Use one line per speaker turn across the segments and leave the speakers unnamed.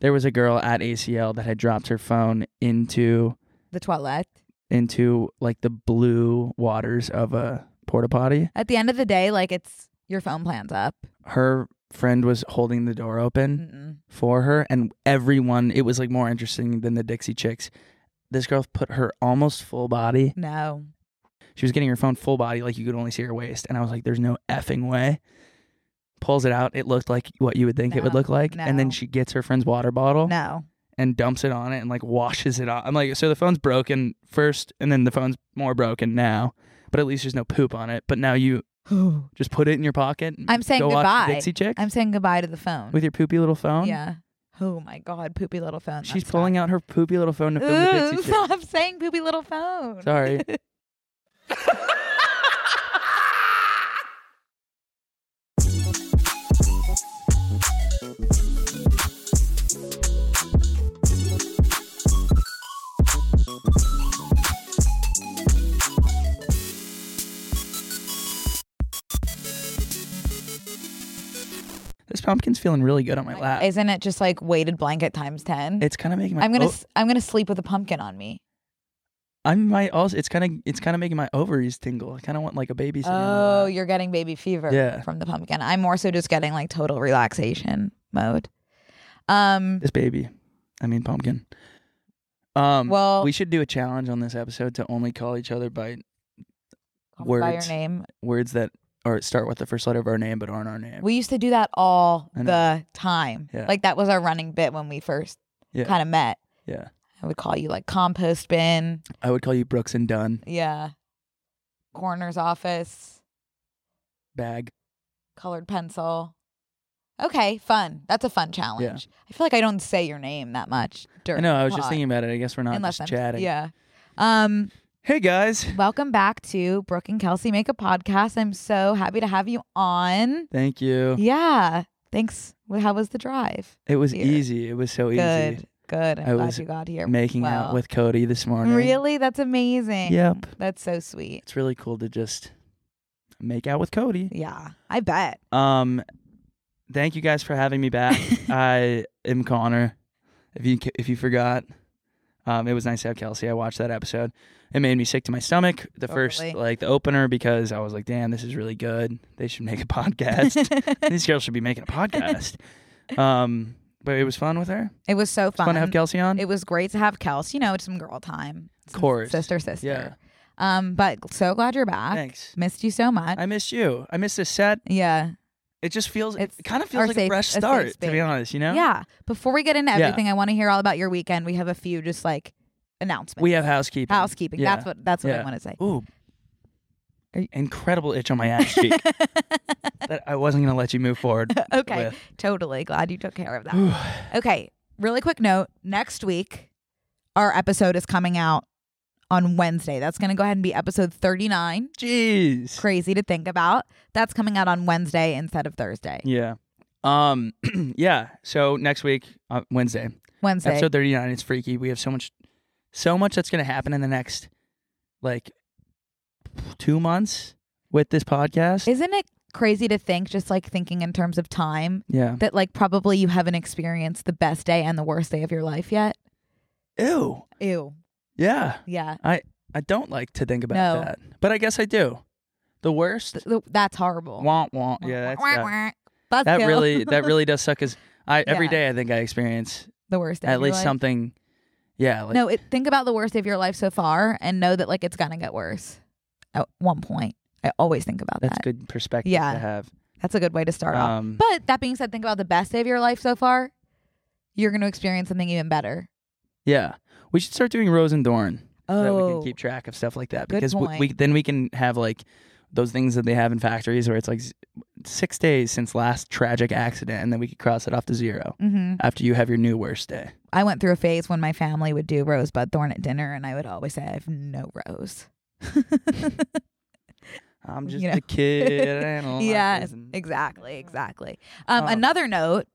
there was a girl at ACL that had dropped her phone into
the toilet.
into like the blue waters of a porta potty.
At the end of the day, like it's your phone plans up.
Her friend was holding the door open
Mm-mm.
for her and everyone it was like more interesting than the Dixie chicks. This girl put her almost full body.
No,
She was getting her phone full body like you could only see her waist and I was like there's no effing way. Pulls it out. It looked like what you would think it would
No,
look like and then
no.
she gets her friend's water bottle.
no.
and dumps it on it and like washes it off. I'm like, so the phone's broken first, and then the phone's more broken now, but at least there's no poop on it. But now you
I'm
just put it in your pocket. And
I'm saying
go watch
goodbye.
Dixie Chicks
saying goodbye to the phone.
with your poopy little phone.
yeah. Oh my God, poopy little phone.
she's pulling out her poopy little phone to film the
Ooh,
Dixie Chicks.
stop saying poopy little phone.
Sorry, this pumpkin's feeling really good on my lap.
Isn't it just like weighted blanket times ten?
Uh, It's kind of making my. oh.
I'm gonna
o-
s am gonna sleep with a pumpkin on me.
I might also. It's kind of. It's kind of making my ovaries tingle. I kind of want like a baby. sitting on my
Oh,
lap.
you're getting baby fever
Yeah.
from the pumpkin. I'm more so just getting like total relaxation mode. Um,
This baby. I mean pumpkin. Um
Well-
we should do a challenge on this episode to only call each other by
call me by your
words.
name.
words that are start with the first letter of our name but aren't our name.
We used to do that all
I know.
the time.
Yeah.
Like that was our running bit when we first
Yeah.
kind of met.
yeah.
I would call you like compost bin.
I would call you Brooks and Dunn
Yeah. Coroner's office.
bag.
Colored pencil. Okay, fun. That's a fun challenge. I feel like I don't say your name that much
I
during.
know,
the
I was just
pod,
thinking about it. I guess we're not
unless
just
I'm
chatting.
Yeah. Um.
Hey guys.
Welcome back to Brooke and Kelsey Make a Podcast. I'm so happy to have you on.
Thank you.
Yeah. Thanks. Well, How was the drive?
It was
Here.
easy. It was so
Good.
easy.
Good. I'm
I
glad
was
you got here.
Making out
well.
with Cody this morning.
Really? That's amazing.
Yep.
That's so sweet.
It's really cool to just make out with Cody.
Yeah. I bet.
Um, thank you guys for having me back. I am Connor. If you if you forgot, um, it was nice to have Kelsey. I watched that episode. It made me sick to my stomach the first
Totally.
like the opener because I was like, damn, this is really good. They should make a podcast.
it
These girls should be making a podcast. Um, but it was fun with her.
was so
It's fun,
fun.
to have Kelsey on.
It was great to have Kels. You know, it's some girl time.
of course,
Sister, sister.
Yeah.
Um, but so glad you're back.
Thanks.
Missed you so much.
I missed you. I missed this set.
yeah.
It just feels.
It's
it kind of
our
feels like a
safe-
fresh
a safe
start. to be
space.
honest, you know.
Yeah. Before we get into
Yeah.
everything, I want to hear all about your weekend. We have a few just like announcements.
We have housekeeping.
housekeeping.
Yeah.
That's what that's what
Yeah.
I want to say.
Ooh.
Are you-
Incredible itch on my ass cheek that I wasn't going to let you move forward.
okay,
with.
totally. Glad you took care of that. okay, really quick note. Next week, our episode is coming out on Wednesday. That's going to go ahead and be episode 39.
Jeez.
Crazy to think about. That's coming out on Wednesday instead of Thursday.
Yeah. Um. yeah. So next week, uh, Wednesday,
Wednesday.
episode thirty nine. It's freaky. We have so much, so much that's going to happen in the next, like, two months with this podcast.
Isn't it crazy to think, just like thinking in terms of time,
yeah.
that like probably you haven't experienced the best day and the worst day of your life yet?
Ew.
Ew.
Yeah.
Yeah.
I don't like to think about
No.
that, but I guess I do. The worst.
Th- th- that's horrible.
womp womp. Yeah. That's, that-
Buzzkill.
that really that really does suck because I every
Yeah.
day I think I experience
the worst day
at
of your
least
life.
something. Yeah, like
no it, think about the worst day of your life so far and know that like it's gonna get worse at one point i always think about
that's
that
good perspective
uh, Yeah.
to have.
that's a good way to start off
Um,
but that being said think about the best day of your life so far you're gonna experience something even better
yeah, we should start doing Rose and Dorn so that we
oh
can keep track of stuff like that
Good
because we, we
point.
then we can have like those things that they have in factories where it's like s- six days since last tragic accident, and then we could cross it off to zero
mm-hmm.
after you have your new worst day.
I went through a phase when my family would do rosebud thorn at dinner, and I would always say, I have no rose.
I'm
you
just
know.
a kid. I don't like
yes,
this and-
exactly, exactly. Um,
Um,
another note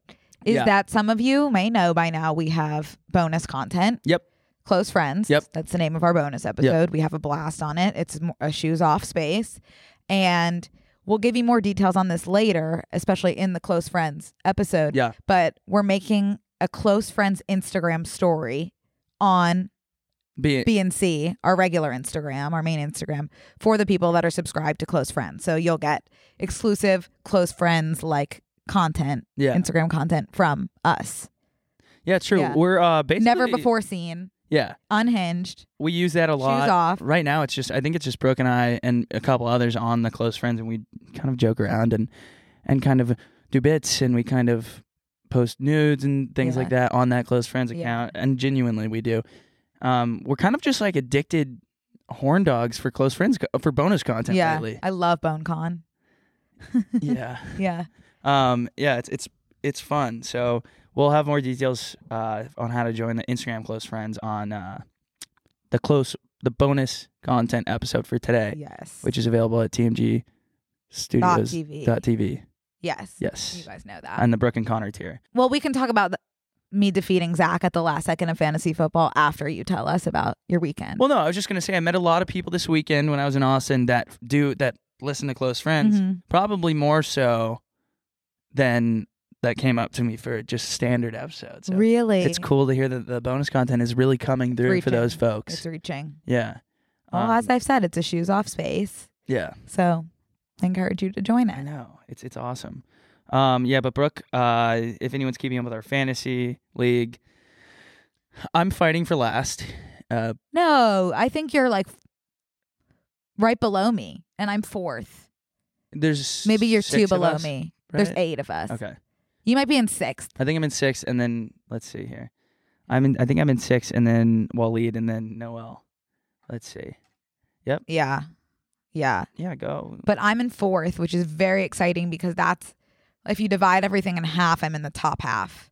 is
yeah.
that some of you may know by now we have bonus content.
Yep.
Close friends.
Yep.
That's the name of our bonus episode. We have a blast on it. It's mo- a shoes off space, and we'll give you more details on this later, especially in the close friends episode.
Yeah.
But we're making a close friends Instagram story on
Be
BNC, our regular Instagram, our main Instagram, for the people that are subscribed to Close Friends. So you'll get exclusive Close Friends like content,
yeah.
Instagram content from us.
yeah, it's true.
yeah.
We're uh basically
Never before seen,
Yeah.
unhinged,
We use that a lot.
shoes off.
Right now it's just I think it's just Brooke and I and a couple others on the close friends and we kind of joke around and and kind of do bits and we kind of post nudes and things
Yeah.
like that on that close friends
Yeah.
account and genuinely we do. Um we're kind of just like addicted horn dogs for close friends co- for bonus content
Yeah.
lately.
I love Bone Con.
yeah.
Yeah.
Um, yeah, it's it's it's fun. So we'll have more details uh, on how to join the Instagram close friends on uh, the close the bonus content episode for today,
Yes.
which is available at TMG
Dot
Studios
TV.
dot TV.
Yes. You
Yes,
guys know that.
and the Brooke and Connor tier.
well, we can talk about the, me defeating Zach at the last second of fantasy football after you tell us about your weekend.
Well, no, I was just gonna say I met a lot of people this weekend when I was in Austin that do that listen to close friends.
Mhm.
Probably more so than that came up to me for just standard episodes. So
really?
It's cool to hear that the bonus content is really coming through for
Reaching.
those folks.
It's Oh, reaching.
Yeah.
Well,
Um,
as I've said, it's a shoes off space.
yeah,
So I encourage you to join
I
it.
know it's it's awesome. Um, yeah, but Brooke, uh, if anyone's keeping up with our fantasy league, I'm fighting for last. Uh,
No, I think you're like right below me, and I'm fourth.
there's
Maybe you're
six
two
of
below
us,
me.
right?
There's eight of us.
Okay,
You might be in sixth.
I think I'm in sixth, and then let's see here. I'm in. I think I'm in sixth, and then Waleed, and then Noel. Let's see.
Yeah. Yeah.
Yeah, go.
But I'm in fourth, which is very exciting because that's if you divide everything in half, I'm in the top half,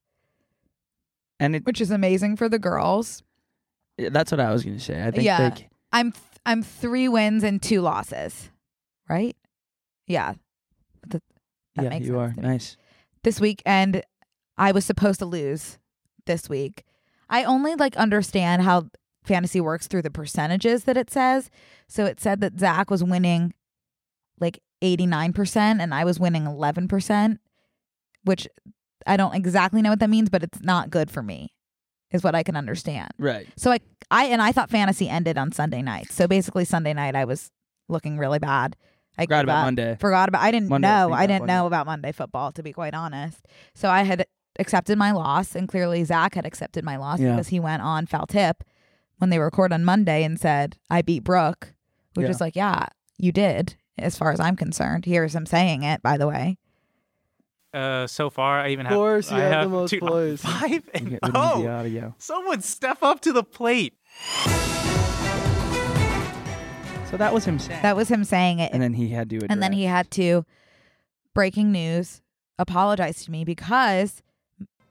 And it,
which is amazing for the girls.
that's what I was gonna say. I think
Yeah.
like
I'm th- I'm three wins and two losses, right? Yeah. Th- that
yeah,
makes
you
sense
are
to me.
nice.
this week and I was supposed to lose this week. I only like understand how fantasy works through the percentages that it says. So it said that Zach was winning like 89% and I was winning 11%, which I don't exactly know what that means, but it's not good for me is what I can understand.
Right.
So I I and I thought fantasy ended on Sunday night. So basically Sunday night I was looking really bad. I
Forgot
gave
about
up
Monday.
forgot about. I didn't
Monday, I
know.
think
I
about
didn't know about Monday football to be quite honest. So I had accepted my loss, and clearly Zach had accepted my loss
Yeah.
because he went on foul tip when they record on Monday and said I beat Brooke, which
Yeah.
is like, yeah, you did. As far as I'm concerned, here's him saying it. By the way,
Uh, so far, I even have.
course you
I
have the
have
most
two-
points.
Five
We'll
and
get rid of the
oh,
audio.
someone step up to the plate.
So that was him saying.
that was him saying it,
and then he had to address.
and then he had to breaking news apologize to me because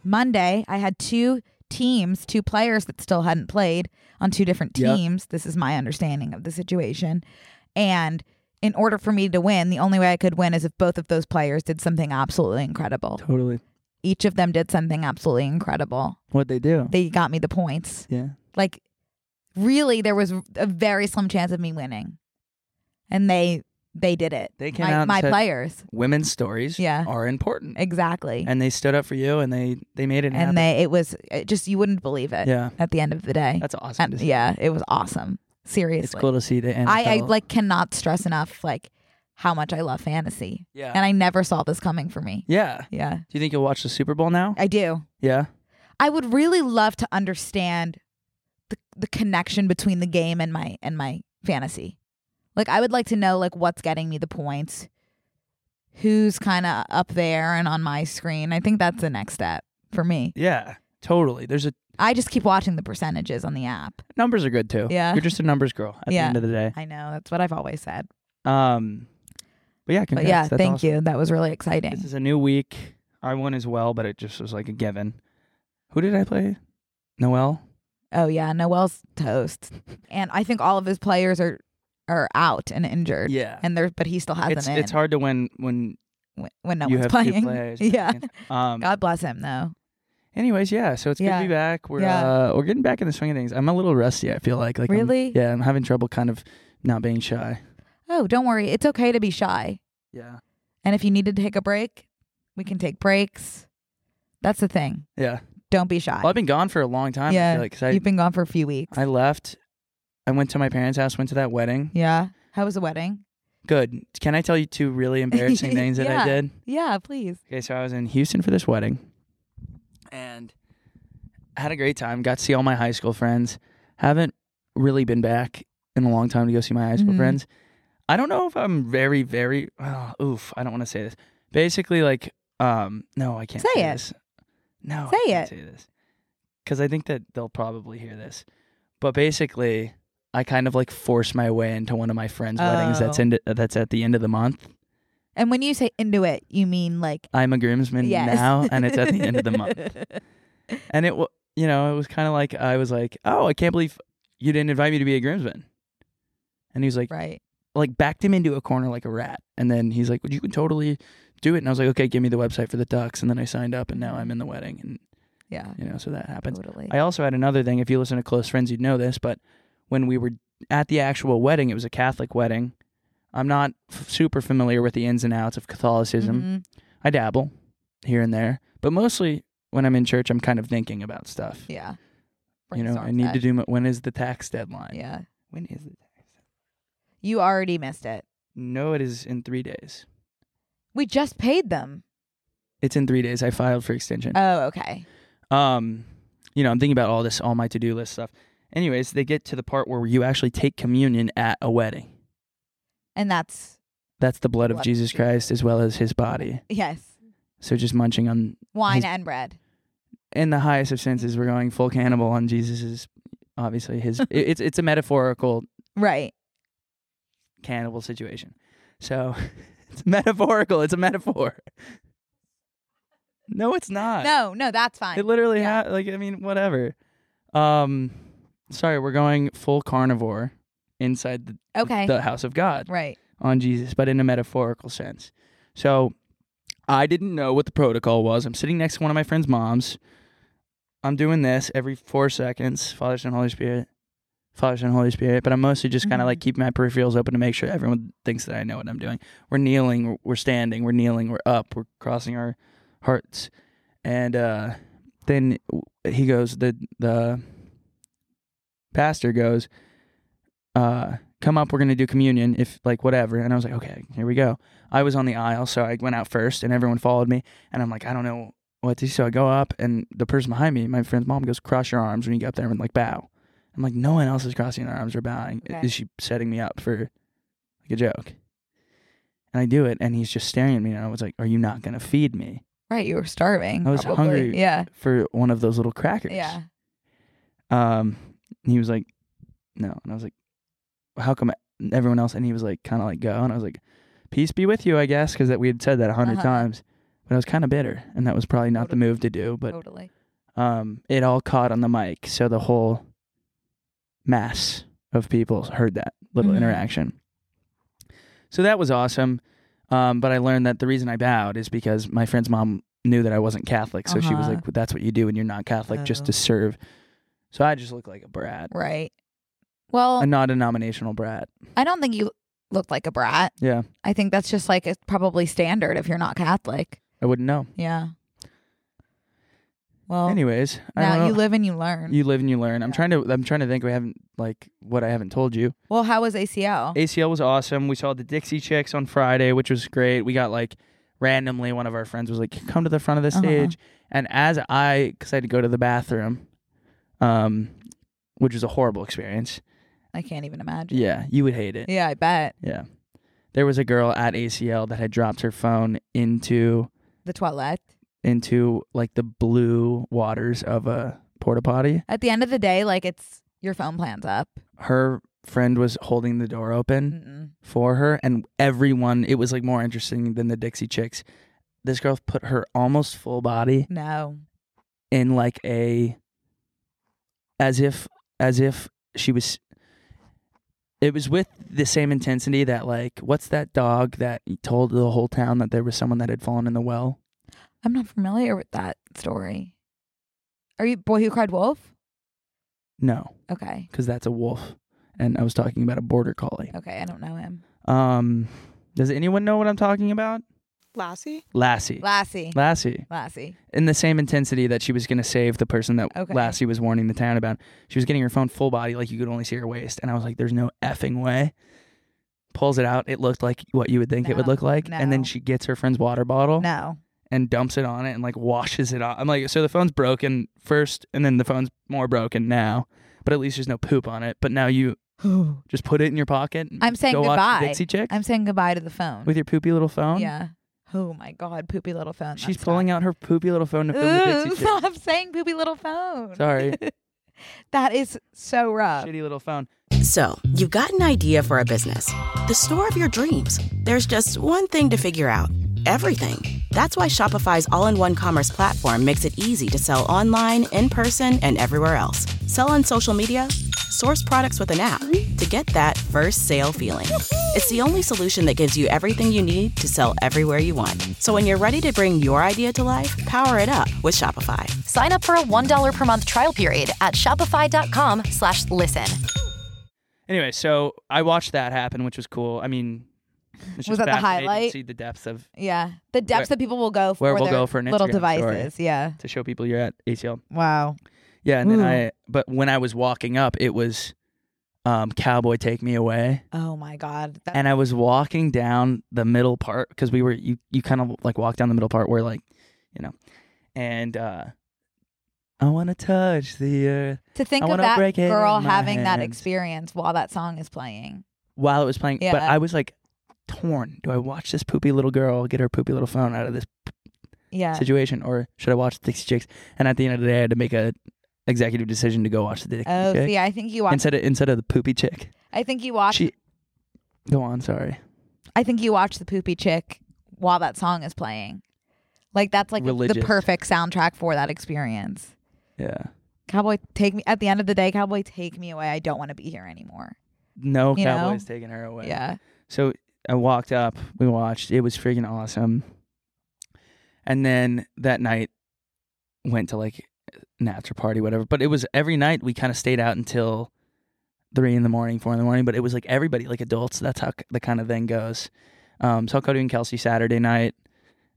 Monday I had two teams, two players that still hadn't played on two different
Yeah.
teams. This is my understanding of the situation. And in order for me to win, the only way I could win is if both of those players did something absolutely incredible.
totally
Each of them did something absolutely incredible.
what they do.
They got me the points.
yeah,
Like really there was a very slim chance of me winning. And they they did it.
they came out.
My,
and
my
said,
players.
Women's stories,
Yeah.
are important,
Exactly.
and they stood up for you, and they they made it
and
happen.
they it was it just you wouldn't believe it
yeah,
at the end of the day.
that's awesome.
And
to see.
yeah, it was awesome. Seriously.
it's cool to see the NFL.
I, I like cannot stress enough like how much I love fantasy.
Yeah,
And I never saw this coming for me.
yeah. Do
Yeah.
you think you'll watch the Super Bowl now?
I do.
yeah,
I would really love to understand the the connection between the game and my and my fantasy. Like I would like to know like what's getting me the points, who's kind of up there and on my screen. I think that's the next step for me.
yeah, totally. There's a
I just keep watching the percentages on the app.
numbers are good too.
Yeah.
you're just a numbers girl at
Yeah.
the end of the day.
I know that's what I've always said.
Um, but yeah,
But
congrats.
yeah,
That's
thank
awesome.
you. That was really exciting.
This is a new week. I won as well, but it just was like a given. Who did I play? Noel?
Oh yeah, Noel's toast, and I think all of his players are are out and injured.
Yeah.
and there, but he still has
It's
them in.
it's hard to win when
when, when no
you
one's
have
playing.
two players.
yeah.
Um,
God bless him though.
Anyways, yeah. So it's good
Yeah.
to be back. We're
Yeah.
uh, we're getting back in the swing of things. I'm a little rusty. I feel like like I'm-
Really?
yeah. I'm having trouble kind of not being shy.
Oh, don't worry. It's okay to be shy.
Yeah.
And if you need to take a break, we can take breaks. That's the thing.
Yeah.
Don't be shy.
Well, I've been gone for a long time. I
yeah,
feel like, 'cause I
you've been gone for a few weeks.
I left. I went to my parents' house. Went to that wedding.
yeah. How was the wedding?
Good. Can I tell you two really embarrassing things that
Yeah.
I did?
Yeah, please.
Okay, so I was in Houston for this wedding, and I had a great time. Got to see all my high school friends. Haven't really been back in a long time to go see my high school
Mhm.
friends. I don't know if I'm very, very. Oh, oof, I don't want to say this. Basically, like, um, no, I can't
Say
say,
it.
this. No,
Say
I can't
it.
Say this because I think that they'll probably hear this. But basically, I kind of like force my way into one of my friends' weddings. That's
Oh.
in. That's at the end of the month.
And when you say into it, you mean like
I'm a groomsman
yes.
now, and it's at the end of the month. And it, wa you know, it was kind of like I was like, "Oh, I can't believe you didn't invite me to be a groomsman." And he was like,
right.
like backed him into a corner like a rat. And then he's like, "Well, you can totally do it." And I was like, "Okay, give me the website for the ducks." And then I signed up, and now I'm in the wedding, and
Yeah.
you know, so that happens.
Totally.
I also had another thing. If you listen to close friends, you'd know this, but when we were at the actual wedding, it was a Catholic wedding. I'm not f- super familiar with the ins and outs of Catholicism.
Mhm.
I dabble here and there, but mostly when I'm in church, I'm kind of thinking about stuff.
Yeah.
you know, I
Brainstorm
need
that.
to do my, when is the tax deadline?
Yeah.
When is the tax?
You already missed it.
No, it is in three days.
We just paid them.
It's in three days. I filed for extension.
Oh, okay.
um, you know, I'm thinking about all this, all my to do list stuff. Anyways, they get to the part where you actually take communion at a wedding.
And that's
That's the blood,
Blood
of
of
Jesus
Jesus.
Christ as well as his body.
yes.
So just munching on,
Wine
He's-
and bread.
in the highest of senses, we're going full cannibal on Jesus's, obviously his. it- it's it's a metaphorical
Right.
cannibal situation. So it's metaphorical. It's a metaphor. No, it's not.
No, no, that's fine.
It literally
Yeah.
ha- like I mean whatever. Um, sorry, we're going full carnivore inside the,
okay.
the house of God
right.
on Jesus, but in a metaphorical sense. So I didn't know what the protocol was. I'm sitting next to one of my friend's moms. I'm doing this every four seconds, Father, Son, Holy Spirit, Father, Son, Holy Spirit. But I'm mostly just kind of
Mhm.
like keeping my peripherals open to make sure everyone thinks that I know what I'm doing. We're kneeling, we're- we're standing, we're kneeling, we're up, we're crossing our hearts. And uh, then he goes, the, the pastor goes, uh, come up, we're gonna do communion, if like whatever. And I was like, okay, here we go. I was on the aisle, so I went out first, and everyone followed me. And I'm like, I don't know what to do. So I go up, and the person behind me, my friend's mom, goes, cross your arms when you get up there and like bow. I'm like, no one else is crossing their arms or bowing.
Okay.
Is she setting me up for like a joke? And I do it, and he's just staring at me, and I was like, are you not gonna feed me
Right. You were starving.
I was
probably.
hungry.
Yeah.
for one of those little crackers?
Yeah.
Um, and he was like, no. And I was like, how come everyone else? And he was like, kind of like, go. And I was like, peace be with you, I guess, because that we had said that a 100
Uh-huh.
times. But I was kind of bitter, and that was probably not the
Totally.
move to do. But
totally.
um, it all caught on the mic, so the whole mass of people heard that little
Mhm.
interaction. So that was awesome. Um, but I learned that the reason I bowed is because my friend's mom knew that I wasn't Catholic, so she was
Uh-huh.
like, "That's what you do when you're not Catholic, just to
Oh.
serve." So I just looked like a brat,
Right. Well,
a non-denominational brat.
I don't think you looked like a brat.
Yeah,
I think that's just like it's probably standard if you're not Catholic.
I wouldn't know.
Yeah. Well,
Anyways, I don't
now
know.
you live and you learn.
You live and you learn. I'm
Yeah.
trying to. I'm trying to think. We haven't like what I haven't told you.
well, how was ACL?
ACL was awesome. We saw the Dixie Chicks on Friday, which was great. We got like randomly one of our friends was like, "Come to the front of the
Uh-huh.
stage," and as I, because I had to go to the bathroom, um, which was a horrible experience.
I can't even imagine.
Yeah, you would hate it.
Yeah, I bet
Yeah, there was a girl at ACL that had dropped her phone into
the toilet.
into like the blue waters of a porta potty.
At the end of the day, like it's your phone plans up.
Her friend was holding the door open.
Mm-mm.
for her and everyone it was like more interesting than the Dixie Chicks. This girl put her almost full body
No,
in like a as if as if she was it was with the same intensity that like what's that dog that told the whole town that there was someone that had fallen in the well
I'm not familiar with that story. Are you boy who cried wolf?
no
Okay.
because that's a wolf and i was talking about a border collie
Okay, I don't know him.
um does anyone know what i'm talking about
Lassie?
lassie
Lassie.
lassie
Lassie.
in the same intensity that she was going to save the person that
Okay.
lassie was warning the town about she was getting her phone full body like you could only see her waist and i was like there's no effing way pulls it out it looked like what you would think it would
No,
look like and
no.
then she gets her friend's water bottle
No.
and dumps it on it and like washes it off. I'm like, so the phone's broken first, and then the phone's more broken now. But at least there's no poop on it. But now you just put it in your pocket. And
I'm saying
go watch
goodbye.
Dixie Chicks
I'm saying goodbye to the phone.
with your poopy little phone.
Yeah. Oh my god, poopy little phone.
she's pulling out her poopy little phone to film the
Ooh,
Dixie Chicks.
stop saying poopy little phone.
Sorry,
That is so rough.
shitty little phone.
So, you've got an idea for a business, the store of your dreams. There's just one thing to figure out everything. That's why Shopify's all in one commerce platform makes it easy to sell online, in person, and everywhere else. Sell on social media, source products with an app to get that first sale feeling. It's the only solution that gives you everything you need to sell everywhere you want. So, when you're ready to bring your idea to life, power it up with Shopify.
Sign up for a $1 per month trial period at Shopify.com slash listen.
Anyway, so I watched that happen, which was cool. I mean, it's just
Was that the
fascinating to
highlight?
See the depths of
Yeah. The depths
Where-
that people will go for
where we'll
their
go for an
little
Instagram story.
devices. Yeah.
to show people you're at ATL.
Wow.
Yeah, and then
Ooh.
I. But when I was walking up, it was um, "Cowboy Take Me Away."
Oh my god. That-
and I was walking down the middle part because we were you you kind of like walk down the middle part where like you know, and uh I want to touch the earth
to think
I
of
wanna
that
break it
girl
in my
having that
hands.
experience while that song is playing.
while it was playing. But
Yeah.
I was like torn. Do I watch this poopy little girl get her poopy little phone out of this
Yeah.
situation, or should I watch Dixie Chicks? And at the end of the day, I had to make a executive decision to go watch the Dixie
Oh,
Chick
see, I think you watched.
instead of instead of the poopy chick.
I think you watched.
She. Go on. Sorry.
I think you watch the poopy chick while that song is playing. Like that's like the
Religious.
perfect soundtrack for that experience.
Yeah.
Cowboy, take me at the end of the day. Cowboy, take me away. I don't want to be here anymore.
No
You know?
cowboys taking her away.
Yeah,
So I walked up, we watched. It was freaking awesome. And then that night went to like an after party, whatever. But it was every night we kind of stayed out until three in the morning, four in the morning. But it was like everybody, like adults. That's how c- the kind of thing goes. Um, saw Cody and Kelsey Saturday night.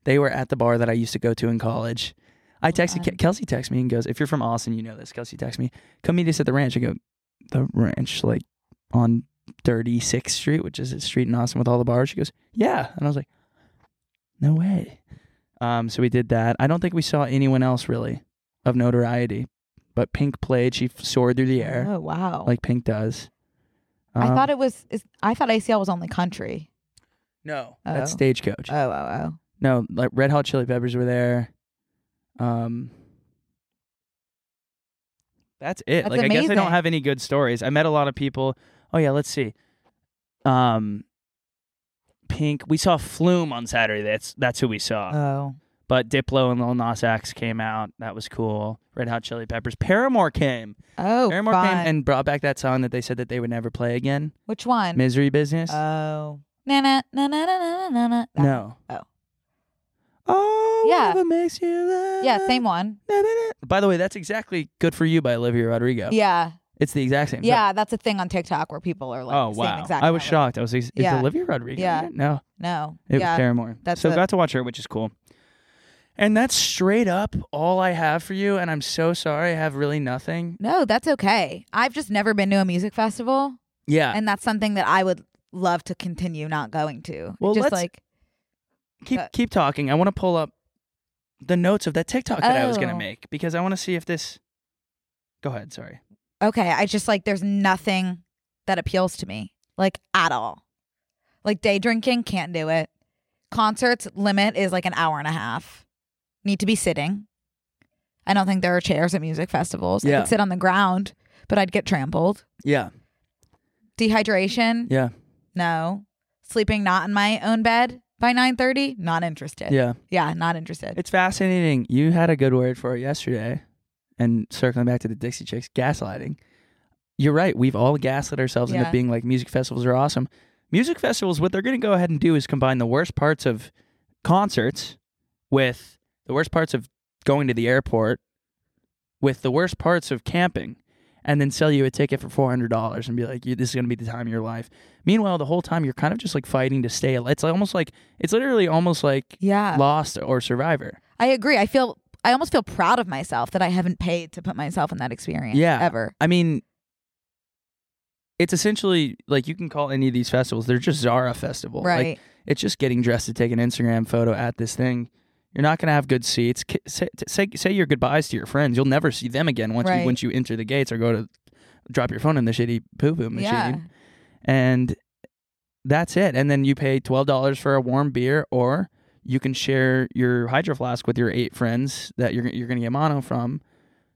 They were at the bar that I used to go to in college. I texted
fun.
Ke- Kelsey texted me and goes, "If you're from Austin, you know this." Kelsey texted me, "Come meet us at the ranch." I go, "The ranch, like on 36th Street, which is a street in Austin with all the bars. She goes, Yeah. And I was like, No way. Um, so we did that. I don't think we saw anyone else really of notoriety, but Pink played. She f- soared through the air
Oh wow.
like um, Pink does.
I thought it was. Is, I thought ACL was only country.
No.
Oh.
That's Stagecoach.
Oh oh oh.
no, like Red Hot Chili Peppers were there. Um, that's it.
That's
like I guess I
amazing.
don't have any good stories. I met a lot of people. Oh yeah, let's see. Um, Pink. We saw Flume on Saturday. That's that's who we saw.
Oh
but Diplo and Lil Nas X came out. That was cool. Red Hot Chili Peppers. Paramore came.
oh.
Paramore
fun.
came and brought back that song that they said that they would never play again.
which one?
Misery Business.
Oh. Na na na na na na na na. That
no.
one. Oh.
Oh,
Yeah.
whatever makes you laugh.
Yeah, same one.
By the way, that's exactly "Good for You" by Olivia Rodrigo.
Yeah.
it's the exact same.
Yeah, that's a thing on TikTok where people are like,
song. Oh
same
wow!
exact
I was
melody.
shocked. I was like, "Is
Yeah.
Olivia Rodrigo?"
Yeah.
No,
No.
it
yeah.
was Paramore.
that's
so
the-
got to watch her, which is cool. And that's straight up all I have for you. And I'm so sorry, I have really nothing.
No, that's okay. I've just never been to a music festival,
Yeah.
and that's something that I would love to continue not going to.
Well,
just
let's-
like
keep
Uh,
keep talking. I want to pull up the notes of that TikTok that I was
Oh.
gonna make because I want to see if this. Go ahead. Sorry.
okay, I just like there's nothing that appeals to me like at all. Like day drinking, can't do it. Concerts limit is like an hour and a half. Need to be sitting. I don't think there are chairs at music festivals. I
Yeah.
could sit on the ground, but I'd get trampled.
Yeah.
Dehydration,
Yeah.
no. Sleeping not in my own bed by nine thirty, not interested.
Yeah.
Yeah, not interested.
It's fascinating. You had a good word for it yesterday. and circling back to the Dixie Chicks gaslighting, you're right. We've all gaslit ourselves
Yeah.
into being like music festivals are awesome. Music festivals, what they're going to go ahead and do is combine the worst parts of concerts with the worst parts of going to the airport with the worst parts of camping and then sell you a ticket for $400 and be like, "You- this is going to be the time of your life. Meanwhile, the whole time you're kind of just like fighting to stay. al- It's almost like, it's literally almost like
Yeah.
Lost or Survivor.
I agree. I feel I almost feel proud of myself that I haven't paid to put myself in that experience.
Yeah.
Ever.
I mean, it's essentially like you can call any of these festivals, they're just Zara festival. Like,
Right.
it's just getting dressed to take an Instagram photo at this thing. You're not going to have good seats. K- Say, t- say, say your goodbyes to your friends. You'll never see them again once
Right.
you once you enter the gates or go to drop your phone in the shitty poo poo machine.
yeah.
And that's it. And then you pay twelve dollars for a warm beer, or you can share your hydro flask with your eight friends that you're you're going to get mono from.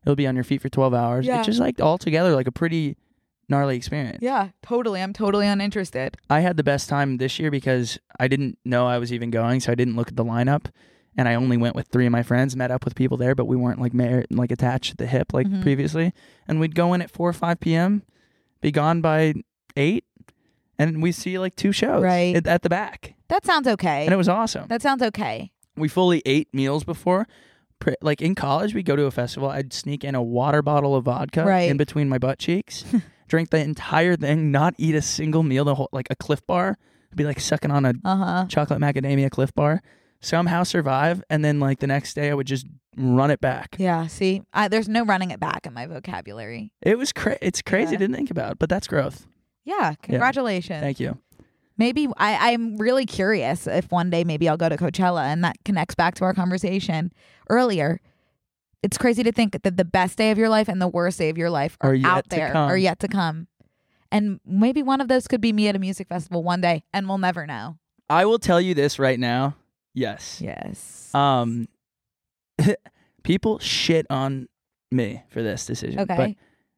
It'll be on your feet for twelve hours.
Yeah.
It's just like all together like a pretty gnarly experience.
Yeah. Totally. I'm totally uninterested.
I had the best time this year because I didn't know I was even going, so I didn't look at the lineup, and I only went with three of my friends. Met up with people there, but we weren't like mar- like attached at the hip like
Mhm.
previously. And we'd go in at four or five p.m., be gone by eight, and we see like two shows
Right.
at, at the back,
That sounds okay.
and it was awesome.
that sounds okay.
we fully ate meals before. Pre- Like in college, we go to a festival. I'd sneak in a water bottle of vodka
Right.
in between my butt cheeks, drink the entire thing, not eat a single meal. The whole like a Cliff Bar, It'd be like sucking on a
Uh huh.
chocolate macadamia Cliff Bar. Somehow survive, and then like the next day, I would just run it back.
Yeah. See, I, there's no running it back in my vocabulary.
It was cra- It's crazy
Yeah.
to think about, but that's growth.
Yeah. Congratulations.
Thank you.
Maybe I, I'm really curious if one day maybe I'll go to Coachella, and that connects back to our conversation earlier. It's crazy to think that the best day of your life and the worst day of your life are,
Are yet
out
to
there,
come.
are yet to come. And maybe one of those could be me at a music festival one day, and we'll never know.
I will tell you this right now. Yes.
Yes.
Um, people shit on me for this decision.
okay.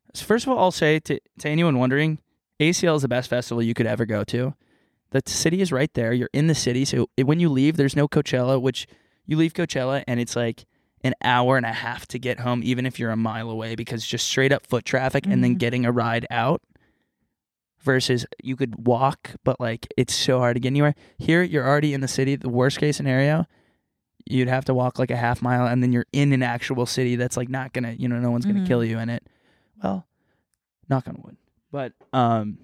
But So first of all, I'll say to, to anyone wondering, ACL is the best festival you could ever go to. The t- city is right there. You're in the city. So it- when you leave, there's no Coachella, which you leave Coachella and it's like an hour and a half to get home, even if you're a mile away, because just straight up foot traffic and then
Mhm.
getting a ride out versus you could walk, but like it's so hard to get anywhere. Here, you're already in the city. The worst case scenario, you'd have to walk like a half mile and then you're in an actual city that's like not gonna, you know, no one's
Mhm.
gonna kill you in it. Well, knock on wood. But um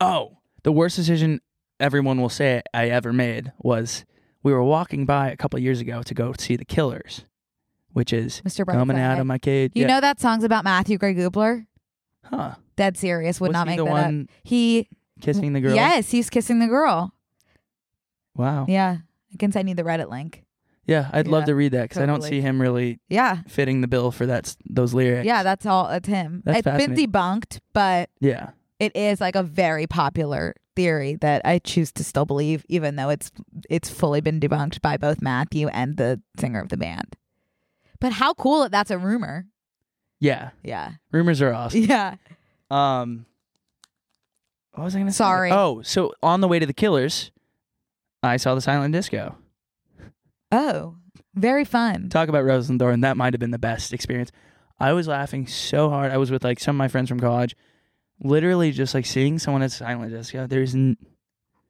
Oh, the worst decision everyone will say I ever made was we were walking by a couple years ago to go see the killers, which is
Mr. Brightside.
coming out of my cage.
you
yeah.
know that song's about Matthew Gray Goobler?
huh.
Dead serious. Would
Was
not
he
make
the
that up.
one
He
kissing the girl. Oh.
Yes, he's kissing the girl.
Wow. Yeah,
Yeah. I can send you the Reddit link.
I'd
Yeah,
love to read that because I don't
totally.
see him really
Yeah.
fitting the bill for that s- those lyrics.
Yeah, that's all. That's him.
That's
it's been
fascinating.
debunked, but
yeah.
it is like a very popular theory that I choose to still believe, even though it's it's fully been debunked by both Matthew and the singer of the band. But how cool that that's a rumor.
Yeah.
Yeah,
Rumors are awesome.
yeah.
Um, what was I going to say?
Sorry.
Oh, so on the way to the Killers, I saw the Silent Disco.
Oh, very fun.
Talk about Rose and Thorn. That might have been the best experience. I was laughing so hard. I was with like some of my friends from college. Literally, just like seeing someone at Silent Disco, there's n-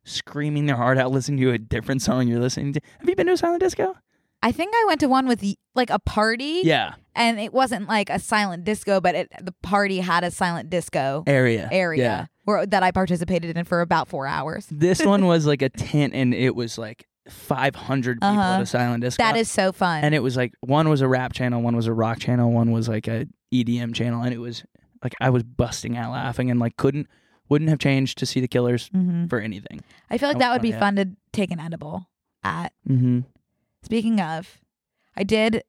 screaming their heart out, listening to a different song you're listening to. Have you been to a Silent Disco?
I think I went to one with y- like a party.
Yeah.
and it wasn't like a silent disco, but it, the party had a silent disco
Area.
area
Yeah.
where that I participated in for about four hours.
This one was like a tent, and it was like 500 people
Uh-huh.
at a Silent Disco.
That is so fun.
and it was like one was a rap channel, one was a rock channel, one was like a EDM channel, and it was like I was busting out laughing and like couldn't wouldn't have changed to see the Killers
Mhm.
for anything.
I feel like
That
that
was
would be fun
Oh, fun,
to take an edible at.
Mm-hmm.
Speaking of, I did.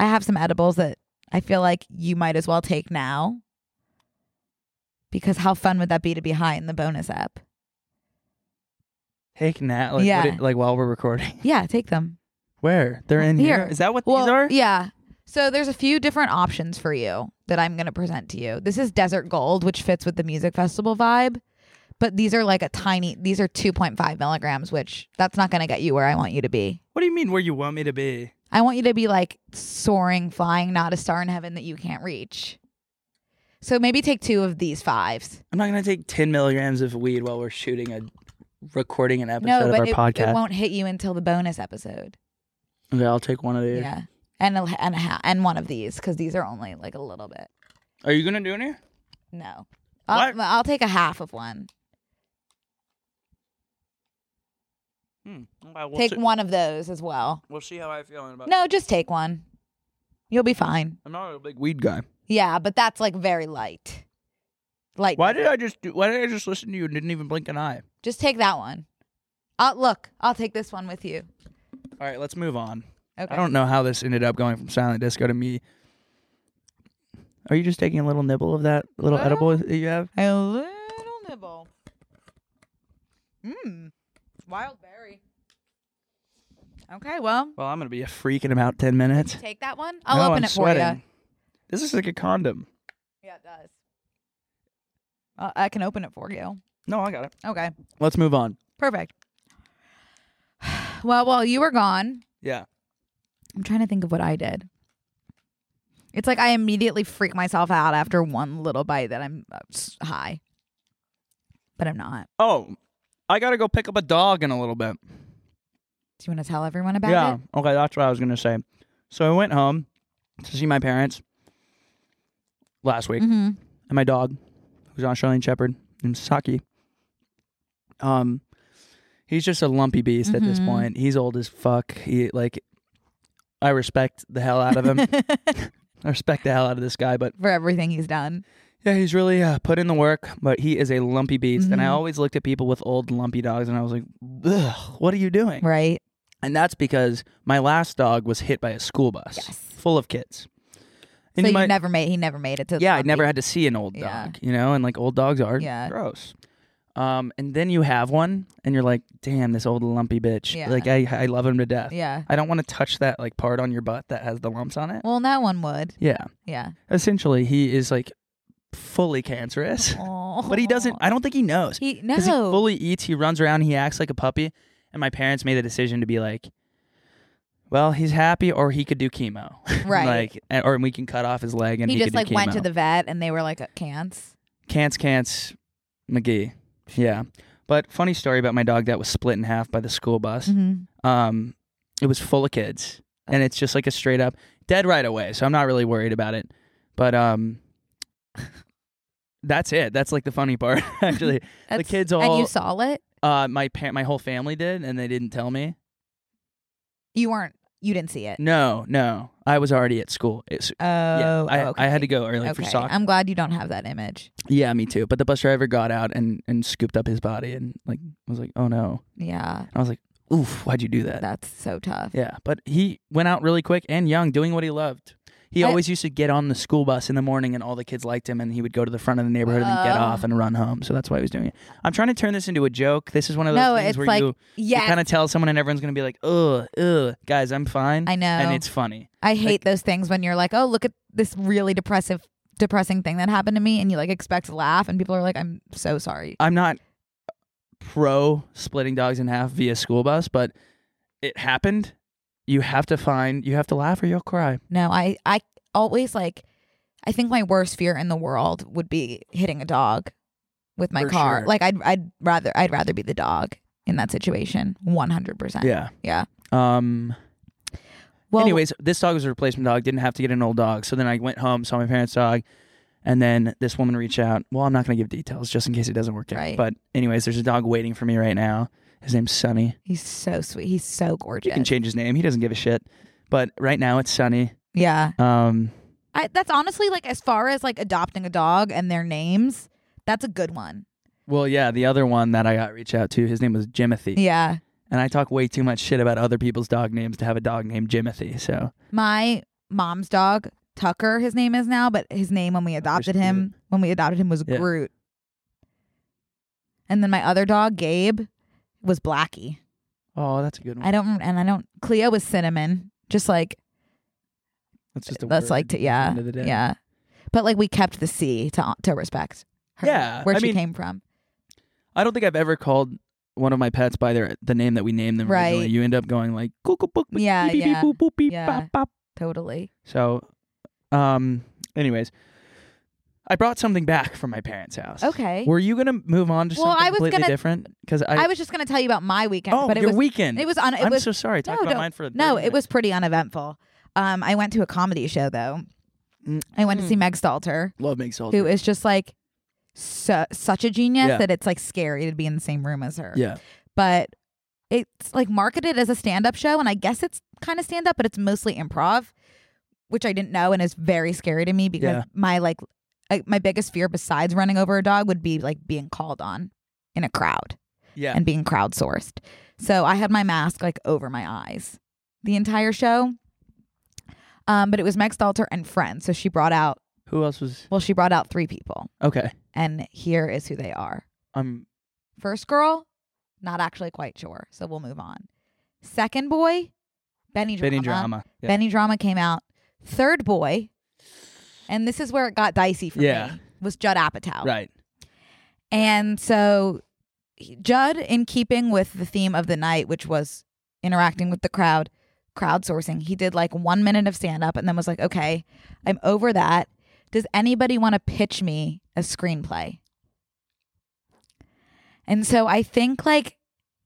I have some edibles that I feel like you might as well take now. Because how fun would that be to be high in the bonus app?
Take that, like,
Yeah.
what it- like while we're recording.
Yeah, take them.
Where they're in
Here.
here? Is that what
Well,
these are?
yeah. So there's a few different options for you that I'm going to present to you. This is Desert Gold, which fits with the music festival vibe, but these are like a tiny. These are 2.5 milligrams, which that's not going to get you where I want you to be.
What do you mean? Where you want me to be?
I want you to be like soaring, flying, not a star in heaven that you can't reach. So maybe take two of these fives.
I'm not gonna take 10 milligrams of weed while we're shooting a recording an episode
no,
of our
but it,
podcast.
it won't hit you until the bonus episode.
okay, I'll take one of these.
Yeah, and a, and a, ha- and one of these because these are only like a little bit.
Are you gonna do any?
No, I'll,
What?
I'll take a half of one.
Hmm. Okay, we'll
take
see.
one of those as well.
We'll see how I feel in about.
No, just take one. You'll be fine.
I'm not a big weed guy.
Yeah, but that's like very light. Light.
Why did I just do? Why did I just listen to you and didn't even blink an eye?
Just take that one. I'll, look, I'll take this one with you.
All right, let's move on.
Okay.
I don't know how this ended up going from silent disco to me. Are you just taking a little nibble of that little
Uh,
edible that you have?
A little nibble. Mmm. Wild berry. Okay, well,
Well, I'm gonna be a freak in about ten minutes.
take that one. I'll
No,
open
I'm
it for
sweating.
you.
This is like a condom.
Yeah, it does. Uh, I can open it for you.
No, I got it.
Okay,
Let's move on.
perfect. Well, while you were gone,
Yeah.
I'm trying to think of what I did. It's like I immediately freak myself out after one little bite that I'm uh, s- high, but I'm not.
Oh, I gotta go pick up a dog in a little bit.
Do you want to tell everyone about
yeah.
it?
Okay, that's what I was gonna say. So I went home to see my parents last week,
Mm-hmm.
and my dog, who's an Australian Shepherd named Saki. Um, he's just a lumpy beast at this
Mhm.
point. He's old as fuck. He like, I respect the hell out of him. I respect the hell out of this guy, but
for everything he's done.
Yeah, he's really uh, put in the work, but he is a lumpy beast. And I
Mhm.
always looked at people with old lumpy dogs, and I was like, Ugh, "What are you doing?"
Right.
And that's because my last dog was hit by a school bus
Yes.
full of kids. And
so
you
you
might-
never made he never made it to the
yeah, I
zombie.
never had to see an old
Yeah.
dog, you know, and like old dogs are
Yeah.
gross. Um, and then you have one, and you're like, "Damn, this old lumpy bitch!
Yeah.
Like I, I love him to death.
Yeah.
I don't want to touch that like part on your butt that has the lumps on it.
Well, no one would.
yeah,
Yeah.
essentially, he is like fully cancerous."
Aw.
But he doesn't. I don't think he knows.
He no.
Because he fully eats. He runs around. He acts like a puppy. And my parents made the decision to be like, well, he's happy, or he could do chemo,
Right.
like, and- or we can cut off his leg and
he,
he,
just
could
like
do
went to
chemo.
the vet and they were like, uh, "Can't."
Cance Cance McGee. Yeah. But funny story about my dog that was split in half by the school bus.
Mm-hmm.
Um, it was full of kids, and it's just like a straight up dead right away. So I'm not really worried about it. But um, that's it. That's like the funny part, actually. the kids all
and you saw it.
Uh, my par- my whole family did, and they didn't tell me.
You weren't. You didn't see it.
No, no, I was already at school. It's,
Oh,
yeah, I,
okay.
I had to go early for
Okay.
soccer.
I'm glad you don't have that image.
yeah, me too. But the bus driver got out and and scooped up his body and like was like, oh no.
Yeah,
And I was like, oof, why'd you do that?
that's so tough.
Yeah, but he went out really quick and young, doing what he loved. He
I-
always used to get on the school bus in the morning, and all the kids liked him, and he would go to the front of the neighborhood and then get
Oh.
off and run home. So that's why he was doing it. I'm trying to turn this into a joke. This is one of those
No,
things
it's
where
like
you
yeah.
you kind of tell someone and everyone's gonna be like, "Ugh, ugh, guys, I'm fine."
I know.
and it's funny.
I hate those things when you're like, oh, look at this really depressive, depressing thing that happened to me, and you like expect a laugh, and people are like, I'm so sorry.
I'm not pro splitting dogs in half via school bus, but it happened. You have to find. You have to laugh or you'll cry.
No, I I always like I think my worst fear in the world would be hitting a dog with my
For
car.
sure.
Like I'd I'd rather I'd rather be the dog in that situation. One hundred percent.
Yeah.
Uh, Yeah.
Um.
Well
Anyways, this dog was a replacement dog. Didn't have to get an old dog. So then I went home, saw my parents' dog, and then this woman reached out. Well, I'm not going to give details just in case it doesn't work out.
Right.
But anyways, there's a dog waiting for me right now. His name's Sunny.
he's so sweet. He's so
You
gorgeous.
can change his name. He doesn't give a shit. But right now it's Sunny.
yeah.
Um.
I, that's honestly like as far as like adopting a dog and their names, that's a good one.
Well, yeah, the other one that I got reached out to, his name was Jimothy.
Yeah.
And I talk way too much shit about other people's dog names to have a dog named Jimothy. So
My mom's dog, Tucker, his name is now, but his name when we adopted him, when we adopted him was
Yeah.
Groot. And then my other dog, Gabe, was Blackie.
Oh, that's a good one.
I don't and I don't Cleo was cinnamon. Just like
that's just a
that's
word
like
at
to
the
yeah.
end of the day.
Yeah. But like we kept the C to to respect her
Yeah,
where
I
she
mean-
came from.
I don't think I've ever called one of my pets by their the name that we named them originally,
Right.
you end up going like "Cuckoo, book, book,
Yeah,
beep, beep,
yeah,
boop, boop, beep,
yeah.
bop, bop."
Totally.
So, um, anyways, I brought something back from my parents' house.
Okay.
Were you gonna move on to
Well,
something
I was
completely
gonna-
different? Because I,
I, was just gonna tell you about my weekend,
oh
but it
your
was
weekend.
it was on. It
I'm
was
so sorry. Talk
no,
about
don't-
mine for a
no. It was pretty uneventful. Um, I went to a comedy show though.
Mm.
I went to see Meg Stalter,
love makes all.
who is just like su- such a genius
Yeah.
that it's like scary to be in the same room as her.
Yeah.
but it's like marketed as a stand-up show and i guess it's kind of stand-up but it's mostly improv which i didn't know and is very scary to me because
Yeah.
my like I, my biggest fear besides running over a dog would be like being called on in a crowd
Yeah.
and being crowdsourced so i had my mask like over my eyes the entire show um, but it was Meg Stalter and friends. So she brought out,
who else was
well, she brought out three people.
okay?
And here is who they are.
I'm
First girl, not actually quite sure, so we'll move on. Second boy, Benny Drama.
Benny Drama. Yeah.
Benny Drama came out. Third boy, and this is where it got dicey for
Yeah.
me. Was Judd Apatow,
Right.
and so he- Judd, in keeping with the theme of the night, which was interacting with the crowd, crowdsourcing, he did like one minute of stand up, and then was like, "Okay, I'm over that. Does anybody want to pitch me a screenplay?" And so I think like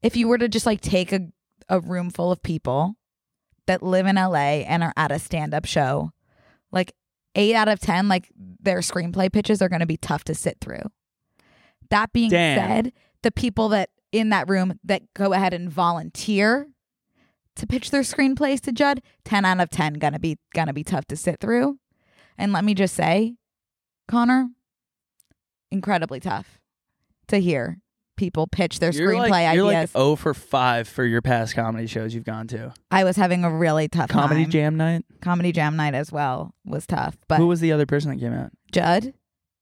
if you were to just like take a a room full of people that live in LA and are at a stand up show, like eight out of ten, like their screenplay pitches are going to be tough to sit through. That being
Damn.
said, the people that in that room that go ahead and volunteer to pitch their screenplays to Judd, ten out of ten gonna be gonna be tough to sit through. And let me just say, Connor, incredibly tough to hear people pitch their
you're
screenplay
like, You're like
ideas.
0 for 5 for your past comedy shows you've gone to.
I was having a really tough
Comedy
time.
Jam Night.
comedy jam night as well was tough. But
Who was the other person that came out?
Judd,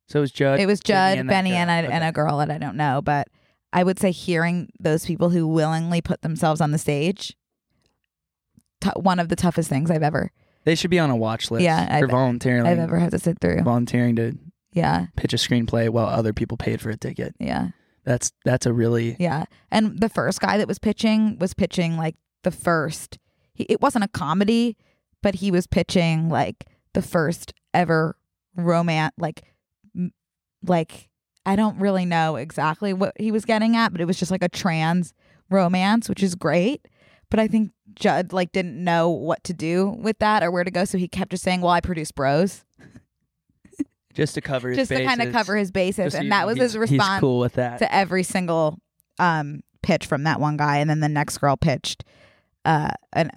So it was Judd.
it was Judd,
that
Benny,
girl.
and, I,
Okay.
and a girl that I don't know. But I would say hearing those people who willingly put themselves on the stage, t- one of the toughest things I've ever
They should be on a watch list.
Yeah,
for
I've-
volunteering.
I've ever had to sit through.
volunteering to
Yeah,
pitch a screenplay while other people paid for a ticket.
yeah,
That's that's a really
yeah. And the first guy that was pitching was pitching like the first. He, it wasn't a comedy, but he was pitching like the first ever romance, like, m- like I don't really know exactly what he was getting at, but it was just like a trans romance, which is great. But I think Judd like didn't know what to do with that or where to go, so he kept just saying, "Well, I produce bros,"
just to cover his
just to kind of
bases,
cover his bases,
just so you
and
know
that was
he's-
his response.
He's cool with that.
to every single um pitch from that one guy and then the next girl pitched uh an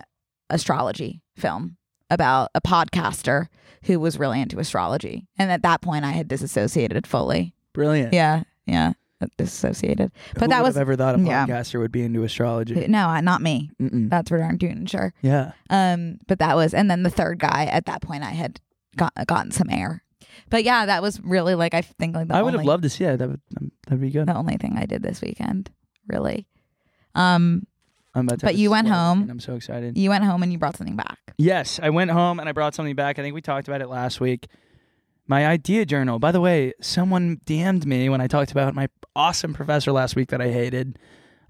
astrology film about a podcaster who was really into astrology and at that point i had disassociated fully
Brilliant.
yeah yeah disassociated but
Who
that
would
was
have ever thought a
yeah.
podcaster would be into astrology.
no I- not me
Mm-mm.
that's for darn tootin' sure
Yeah.
um but that was and then the third guy at that point i had got, gotten some air but yeah that was really like i think like the
I would have
only-
loved to see that. That would um, that'd be good.
the only thing i did this weekend really um
I'm about to
But
have a
you went
sweat,
home.
and I'm so excited.
You went home and you brought something back.
Yes, I went home and I brought something back. I think we talked about it last week. My idea journal. By the way, someone DM'd me when I talked about my awesome professor last week that I hated,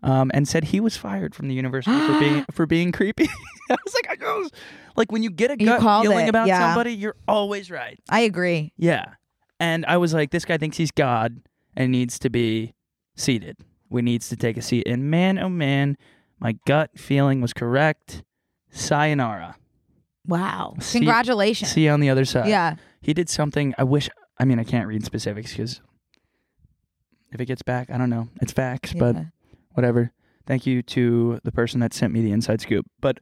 um, and said he was fired from the university for being for being creepy. I was like, I know, like when you get a
You
gut
called
feeling
it,
about
yeah.
somebody, you're always right.
I agree.
Yeah, and I was like, this guy thinks he's God and needs to be seated. We needs to take a seat. And man, oh man, my gut feeling was correct. Sayonara.
Wow.
See-
Congratulations.
See you on the other side.
yeah.
He did something. I wish. I mean, I can't read specifics because if it gets back, I don't know. It's facts, but
yeah.
whatever. Thank you to the person that sent me the inside scoop. But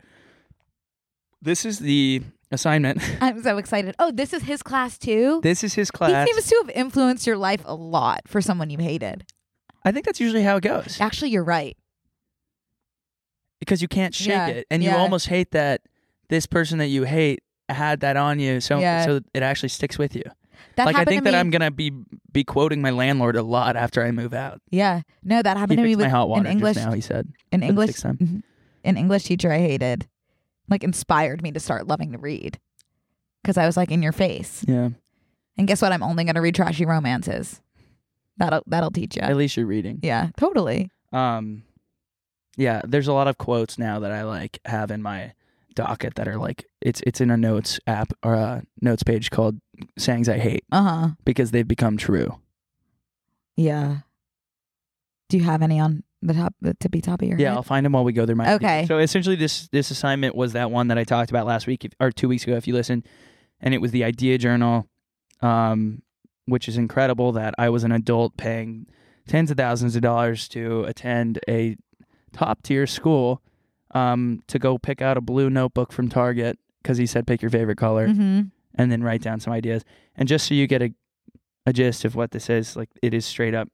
this is the assignment.
I'm so excited. Oh, this is his class too.
this is his class.
He seems to have influenced your life a lot for someone you hated.
I think that's usually how it goes
Actually, you're right.
because you can't shake
Yeah,
it, and you
yeah.
almost hate that this person that you hate had that on you, so
Yeah.
so it actually sticks with you.
That
like I
happened
think
to me.
that I'm gonna be be quoting my landlord a lot after I move out.
yeah. No, that
He
happened to me
fixed
with
my hot water
an English
just now. He said.
an
the
English
sixth time.
Mhm. an English teacher I hated like inspired me to start loving to read cuz I was like in your face.
Yeah.
And guess what? I'm only going to read trashy romances. That'll that'll teach you.
At least you're reading.
yeah, totally.
Um, yeah, there's a lot of quotes now that I like have in my docket that are like it's it's in a notes app or a notes page called sayings I hate
Uh huh.
because they've become true.
Yeah. Do you have any on the top, the tippy top of your
Yeah,
head?
I'll find them while we go through my
Okay.
So essentially, this this assignment was that one that I talked about last week if, or two weeks ago, if you listened, and it was the idea journal, um, which is incredible that I was an adult paying tens of thousands of dollars to attend a top tier school, um, to go pick out a blue notebook from Target because he said pick your favorite color
Mm-hmm.
and then write down some ideas. And just so you get a, a gist of what this is, like it is straight up,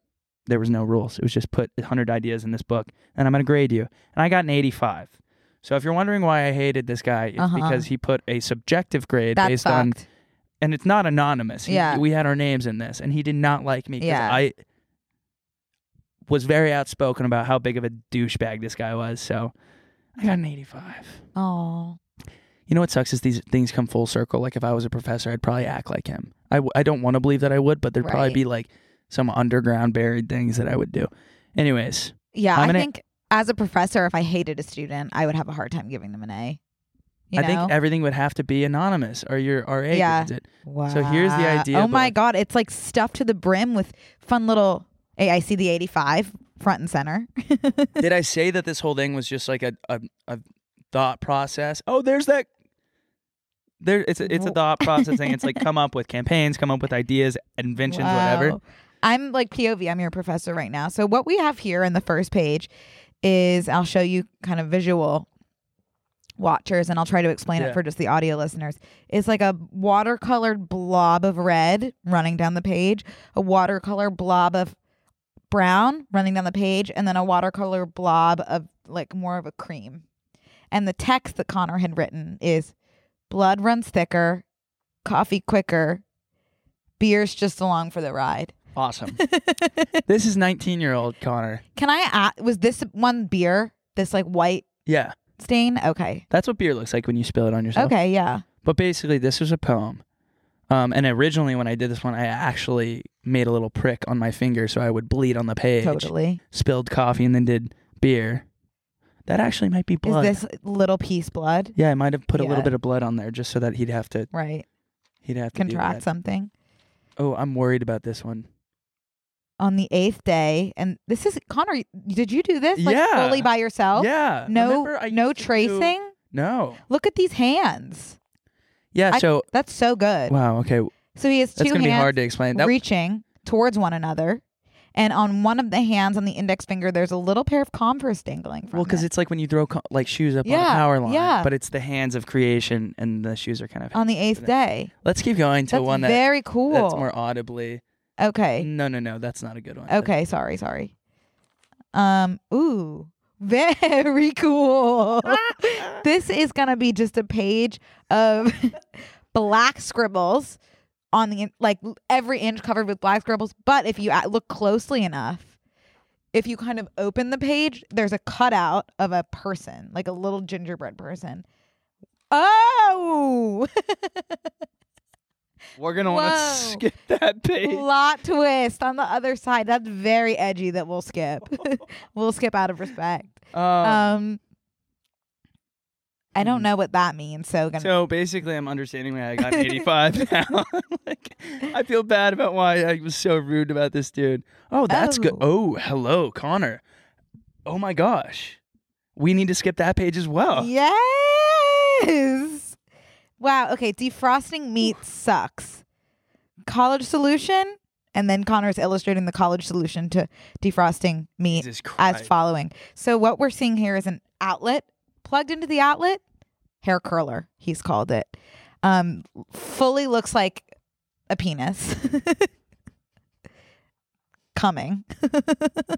there was no rules. It was just put 100 ideas in this book and I'm going to grade you. And I got an 85. So if you're wondering why I hated this guy, it's
Uh-huh.
because he put a subjective grade
That's
based on,
fucked.
and it's not anonymous. He-
Yeah.
We had our names in this and he did not like me because
Yeah.
I was very outspoken about how big of a douchebag this guy was. So I got an 85.
Oh.
You know what sucks is these things come full circle. Like if I was a professor, I'd probably act like him. I, w- I don't want to believe that I would, but there'd probably
Right.
be like some underground buried things that I would do. Anyways,
Yeah,
I'm
I
gonna-
think as a professor, if I hated a student, I would have a hard time giving them an A. You
I think
know?
everything would have to be anonymous or your RA
Yeah.
grades it.
Wow.
So here's the idea
Oh my
book.
god, it's like stuffed to the brim with fun little. Hey, I see the eighty-five front and center.
Did I say that this whole thing was just like a, a, a thought process? Oh, there's that. There, it's a, it's a
Wh-
thought process thing. It's like come up with campaigns, come up with ideas, inventions, whatever.
Wow. I'm like POV. I'm your professor right now. So what we have here in the first page is I'll show you kind of visual watchers and I'll try to explain
Yeah.
it for just the audio listeners. It's like a watercolored blob of red running down the page, a watercolor blob of brown running down the page, and then a watercolor blob of like more of a cream. And the text that Connor had written is blood runs thicker, coffee quicker, beer's just along for the ride.
Awesome. this is 19 year old Connor.
Can I ask, was this one beer, this like white
Yeah,
stain? Okay.
that's what beer looks like when you spill it on yourself.
Okay, yeah.
But basically, this was a poem. Um, and originally, when I did this one, I actually made a little prick on my finger so I would bleed on the page.
Totally.
Spilled coffee and then did beer. That actually might be blood.
Is this little piece blood?
yeah, I might have put a little
Yeah.
bit of blood on there just so that he'd have to
Right.
he'd have to do
Contract
that.
something.
Oh, I'm worried about this one.
On the eighth day, and this is Connor, did you do this like
Yeah.
fully by yourself?
Yeah.
Oh, No
remember I
no
used to do-
tracing?
no.
Look at these hands.
Yeah.
I-
so
That's so good.
wow. Okay,
So he has
that's
two
gonna be
hands
hard to explain. That
reaching towards one another. And on one of the hands on the index finger, there's a little pair of Converse dangling from
well, because
it.
it's like when you throw co- like shoes up on a
Yeah,
power line,
yeah.
but it's the hands of creation, and the shoes are kind of.
on the eighth day.
Let's keep going to
That's
one that
very cool.
That's more Mm. audibly.
okay.
No, no, no. That's not a good one.
Okay. Sorry. Sorry. Um. Ooh. Very cool. this is gonna be just a page of black scribbles on the in- like every inch covered with black scribbles. But if you a- look closely enough, if you kind of open the page, there's a cutout of a person, like a little gingerbread person. Oh,
We're gonna want to
Whoa.
skip that page.
plot twist on the other side. That's very edgy. That we'll skip. we'll skip out of respect.
Um,
Um, I
hmm.
don't know what that means. So gonna
so basically, I'm understanding why I got an 85 now. like, I feel bad about why I was so rude about this dude. Oh, that's good. Oh, hello, Connor. Oh my gosh, we need to skip that page as well.
yes. Wow. Okay. Defrosting meat sucks. College solution, and then Connor's illustrating the college solution to defrosting meat
Jesus
as
Christ.
following. So what we're seeing here is an outlet plugged into the outlet, hair curler. He's called it. Um, fully looks like a penis coming.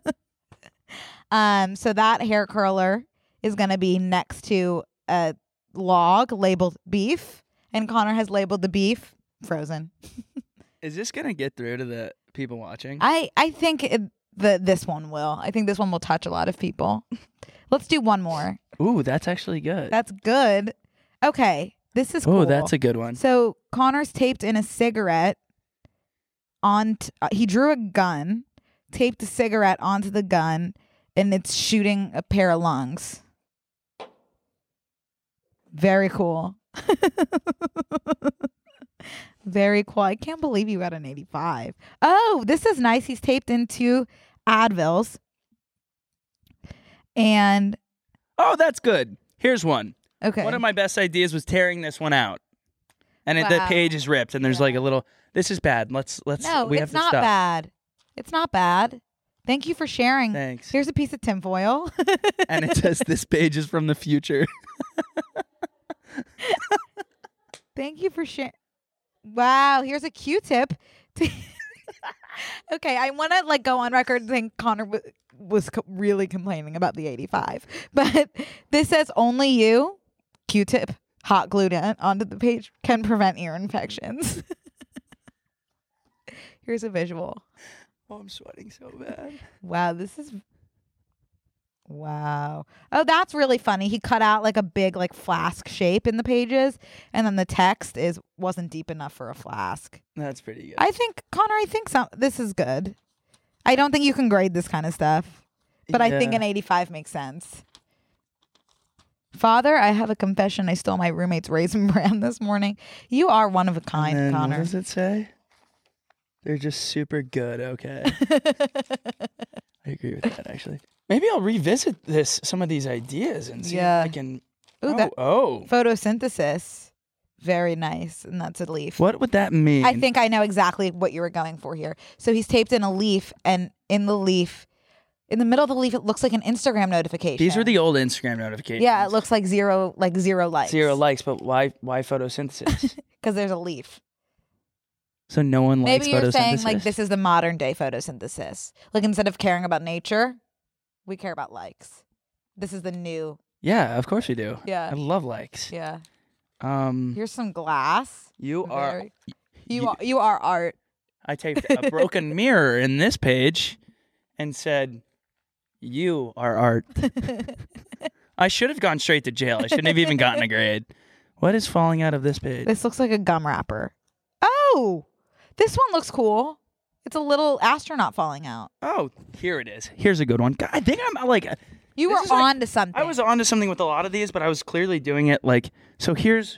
um, so that hair curler is going to be next to a log labeled beef, and Connor has labeled the beef frozen.
Is this gonna get through to the people watching?
I I think it, the this one will. I think this one will touch a lot of people. Let's do one more.
Ooh, that's actually good.
That's good. Okay, this is.
oh,
cool.
that's a good one.
So Connor's taped in a cigarette on. T- uh, he drew a gun, taped a cigarette onto the gun, and it's shooting a pair of lungs. Very cool. Very cool. I can't believe you got an 85. Oh, this is nice. He's taped into Advils. And
Oh, that's good. Here's one.
okay.
One of my best ideas was tearing this one out, and it, the
Wow.
page is ripped, and there's like a little. This is bad. Let's let's.
no,
we have
it's
to
not
stop.
bad. It's not bad. Thank you for sharing.
Thanks.
Here's a piece of tinfoil.
and it says this page is from the future.
Thank you for sharing. Wow, here's a Q-tip. to- okay, I want to like go on record and think Connor w- was co- really complaining about the 85, but this says only you Q-tip hot glued in onto the page can prevent ear infections. here's a visual.
Oh, I'm sweating so bad.
Wow, this is Wow. Oh, that's really funny. He cut out like a big like flask shape in the pages and then the text is wasn't deep enough for a flask.
That's pretty good.
I think Connor, I think some this is good. I don't think you can grade this kind of stuff. But I think
Yeah.
an 85 makes sense. Father, I have a confession. I stole my roommate's raisin bran this morning. You are one of a kind,
And
Connor.
What does it say? They're just super good. Okay. I agree with that actually. Maybe I'll revisit this some of these ideas and see
Yeah.
if I can.
Ooh,
oh,
that-
oh.
Photosynthesis. Very nice. And that's a leaf.
What would that mean?
I think I know exactly what you were going for here. So he's taped in a leaf, and in the leaf, in the middle of the leaf, it looks like an Instagram notification.
these were the old Instagram notifications.
yeah. It looks like zero, like zero likes.
zero likes, but why? Why photosynthesis?
because there's a leaf.
so no one likes
Maybe you're
photosynthesis.
saying like this is the modern day photosynthesis. Like instead of caring about nature, we care about likes. This is the new.
Yeah, of course we do.
Yeah.
I love likes.
Yeah.
Um,
Here's some glass.
you are.
Very- You
you-
are, you are art.
I taped a broken mirror in this page, and said, "You are art." I should have gone straight to jail. I shouldn't have even gotten a grade. What is falling out of this page?
This looks like a gum wrapper. Oh, this one looks cool. It's a little astronaut falling out.
oh, here it is. Here's a good one. God, I think I'm like.
You
This
were
is like-
on to something.
I was onto something with a lot of these, but I was clearly doing it like so. Here's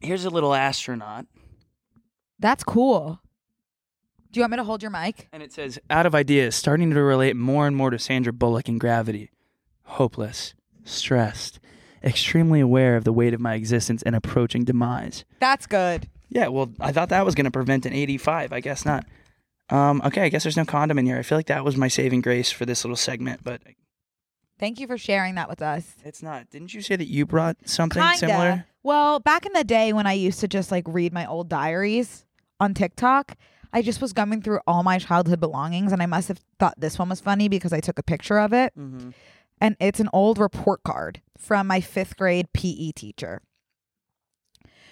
here's a little astronaut,
That's cool. Do you want me to hold your mic?
and it says, "Out of ideas, starting to relate more and more to Sandra Bullock and Gravity, hopeless, stressed, extremely aware of the weight of my existence and approaching demise."
That's good.
Yeah, well, I thought that was going to prevent an 85. I guess not. Um, okay, I guess there's no condom in here. I feel like that was my saving grace for this little segment, but
Thank you for sharing that with us.
it's not. Didn't you say that you brought something
Kinda.
similar?
Well, back in the day when I used to just like read my old diaries on TikTok, I just was going through all my childhood belongings and I must have thought this one was funny because I took a picture of it.
Mm-hmm.
and it's an old report card from my fifth grade PE teacher.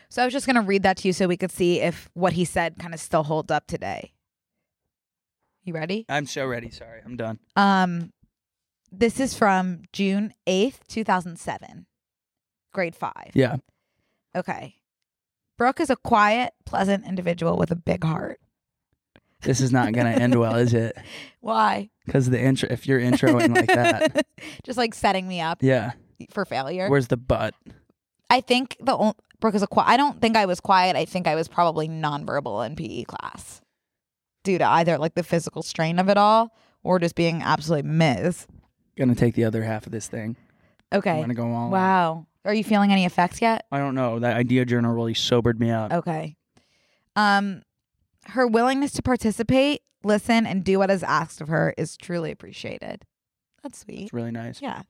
So I was just going to read that to you so we could see if what he said kind of still holds up today. You ready?
I'm so ready. Sorry, I'm done.
Um, this is from June 8th, 2007, grade five.
Yeah.
Okay. Brooke is a quiet, pleasant individual with a big heart.
This is not going to end well, is it?
Why?
Because the intro, if you're introing like that,
just like setting me up
yeah.
for failure.
Where's the butt?
I think the only Brooke is a quiet. I don't think I was quiet. I think I was probably nonverbal in PE class due to either like the physical strain of it all or just being absolutely Miz.
Gonna take the other half of this thing. I'm
Okay.
gonna go all. out.
wow. Are you feeling any effects yet?
I don't know. That idea journal really sobered me up.
Okay. Um, her willingness to participate, listen, and do what is asked of her is truly appreciated. That's sweet.
It's really nice.
Yeah.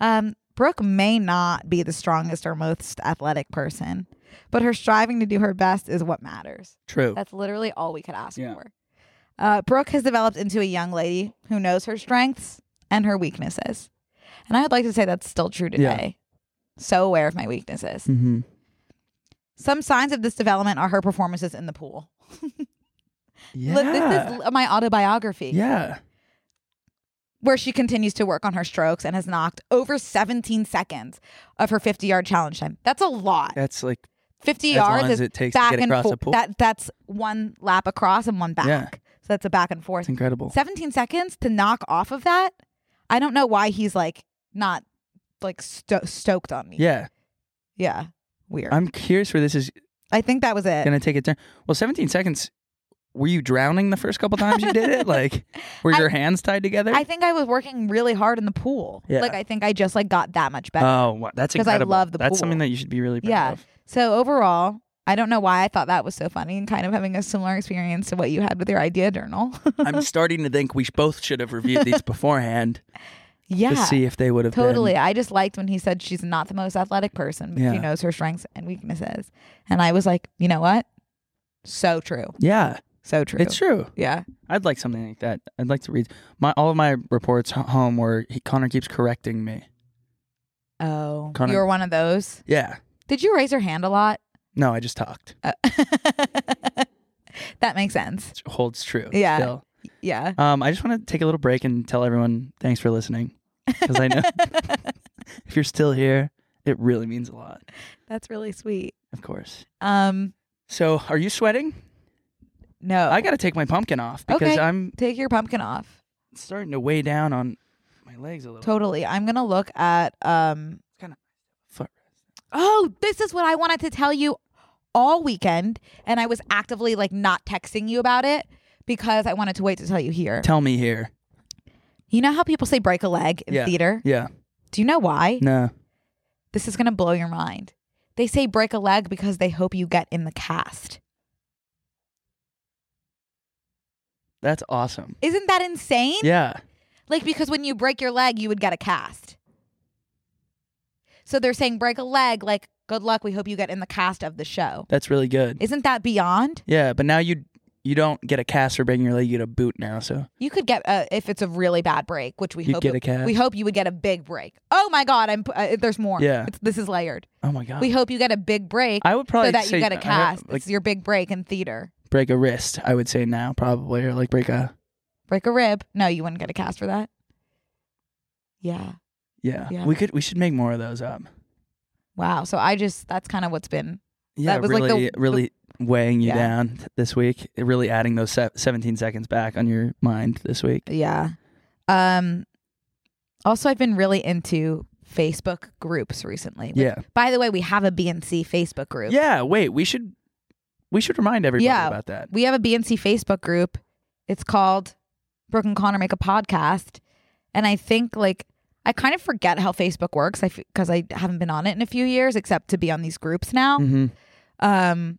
Um, Brooke may not be the strongest or most athletic person, but her striving to do her best is what matters.
True.
That's literally all we could ask
Yeah.
for. Uh, Brooke has developed into a young lady who knows her strengths and her weaknesses. And I would like to say that's still true
Yeah.
today. So aware of my weaknesses.
mm-hmm.
Some signs of this development are her performances in the pool.
Yeah.
Look, This is l- my autobiography,
yeah.
where she continues to work on her strokes and has knocked over 17 seconds of her 50 yard challenge time. That's a lot.
That's like
50
As long
yards
as
is
it takes to
back
get
and
across
forth.
a pool.
That that's one lap across and one back.
Yeah.
So So that's a back and forth.
It's incredible.
17 seconds to knock off of that. I don't know why he's like not like sto- stoked on me.
Yeah,
Yeah. Weird. i
I'm curious where this is
think that was it.
gonna take a turn. Well, 17 seconds. Were you drowning the first couple times you did it? Like, were
I-
your hands tied together?
I think I was working really hard in the pool.
Yeah.
Like I think I just like got that much better.
oh, wow, that's
'Cause I
incredible.
love the
That's
pool.
something that you should be really proud
Yeah.
of.
So overall, I don't know why I thought that was so funny and kind of having a similar experience to what you had with your idea journal.
I'm starting to think we sh- both should have reviewed these beforehand
yeah.
to see if they would have
Totally.
Been.
I just liked when he said she's not the most athletic person, but she
Yeah.
knows her strengths and weaknesses. And I was like, you know what? So true.
Yeah,
So true.
it's true.
Yeah.
I'd like something like that. I'd like to read my all of my reports h- home where he, Connor keeps correcting me.
Oh.
Kinda-
You were one of those.
Yeah.
Did you raise your hand a lot?
No, I just talked.
Uh, that makes sense.
It holds true.
Yeah.
still.
Yeah.
Um, I just want to take a little break and tell everyone thanks for listening because I know if you're still here, it really means a lot.
That's really sweet.
Of course.
Um
So, are you sweating?
no.
I got to take my pumpkin off because
Okay.
I'm
take your pumpkin off.
starting to weigh down on my legs a little.
Totally. I'm going to look at um
Fuck.
Oh, this is what I wanted to tell you all weekend and I was actively like not texting you about it because I wanted to wait to tell you here.
Tell me here.
You know how people say break a leg in
Yeah.
theater?
Yeah.
Do you know why?
No.
This is going to blow your mind. They say break a leg because they hope you get in the cast.
That's awesome.
Isn't that insane?
Yeah.
Like because when you break your leg, you would get a cast. So they're saying break a leg, like good luck. We hope you get in the cast of the show.
That's really good.
Isn't that beyond?
Yeah, but now you you don't get a cast for breaking your leg. You get a boot now. So
You could get uh, if it's a really bad break, which we
You'd
hope
get
it-
a cast.
We hope you would get a big break. Oh my god, I'm uh, there's more.
Yeah.
It's, this is layered.
oh my god,
We hope you get a big break.
I would probably
so that
say-
you get a
I-
cast.
like-
it's your big break in theater.
break a wrist. I would say now probably or like break a
Break a rib. No, you wouldn't get a cast for that. Yeah.
yeah.
Yeah.
We could we should make more of those up.
Wow. So I just that's kind of what's been.
Yeah,
was like
really
the-
really weighing you
Yeah.
down t- this week. It Really adding those se- seventeen seconds back on your mind this week.
Yeah. Um also I've been really into Facebook groups recently. Like,
Yeah.
By the way, we have a BNC Facebook group.
Yeah. Wait, we should we should remind everybody
Yeah.
about that.
We have a BNC Facebook group. It's called Brooke and Connor Make a Podcast. And I think like I kind of forget how Facebook works because I haven't been on it in a few years except to be on these groups now.
Mm-hmm.
Um,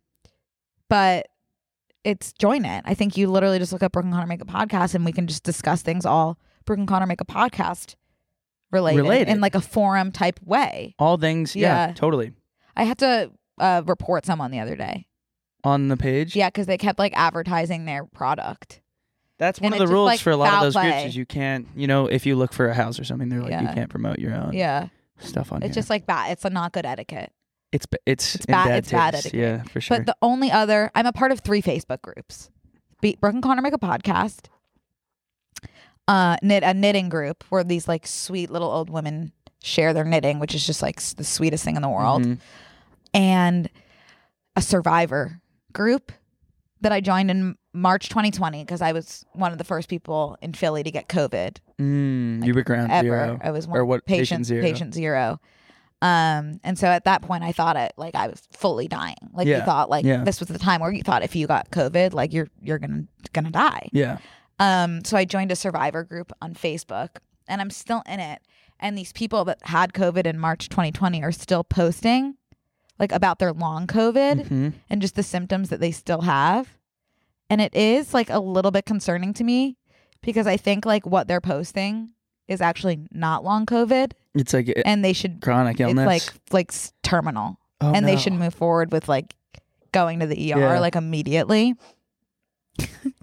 but it's join it. I think you literally just look up Brooke and Connor make a podcast, and we can just discuss things all Brooke and Connor make a podcast related,
Related.
in like a forum type way.
All things. Yeah,
Yeah.
Totally
I had to uh, report someone the other day.
on the page.
Yeah, because they kept like advertising their product.
That's one of
And it
the
just,
rules
like,
for a lot of
foul
those
play.
groups is you can't, you know, if you look for a house or something, they're like, you
Yeah.
can't promote your own
Yeah,
stuff on
it's
here.
just like bad. It's a not good etiquette.
It's ba- it's
It's
in
bad-
Bad
it's bad
taste.
etiquette.
Yeah, for sure.
But the only other, I'm a part of three Facebook groups. Be- Brooke and Connor make a podcast. Uh, knit a knitting group where these like sweet little old women share their knitting, which is just like s- the sweetest thing in the world.
Mhm.
And a survivor group that I joined in March 2020 because I was one of the first people in Philly to get COVID
Mm, you were ground
ever.
zero.
I was one
or what?
patient,
Patient zero.
patient zero. Um, and so at that point, I thought it like I was fully dying. Like you
Yeah.
thought like
Yeah.
this was the time where you thought if you got COVID, like you're you're gonna gonna die.
Yeah.
Um, so I joined a survivor group on Facebook, and I'm still in it. And these people that had COVID in March 2020 are still posting, like about their long COVID
Mhm.
and just the symptoms that they still have. And it is like a little bit concerning to me because I think like what they're posting is actually not long COVID
It's like a
and they should
chronic illness.
it's like like s- terminal
Oh,
and they
no.
should move forward with like going to the ER
Yeah.
like immediately.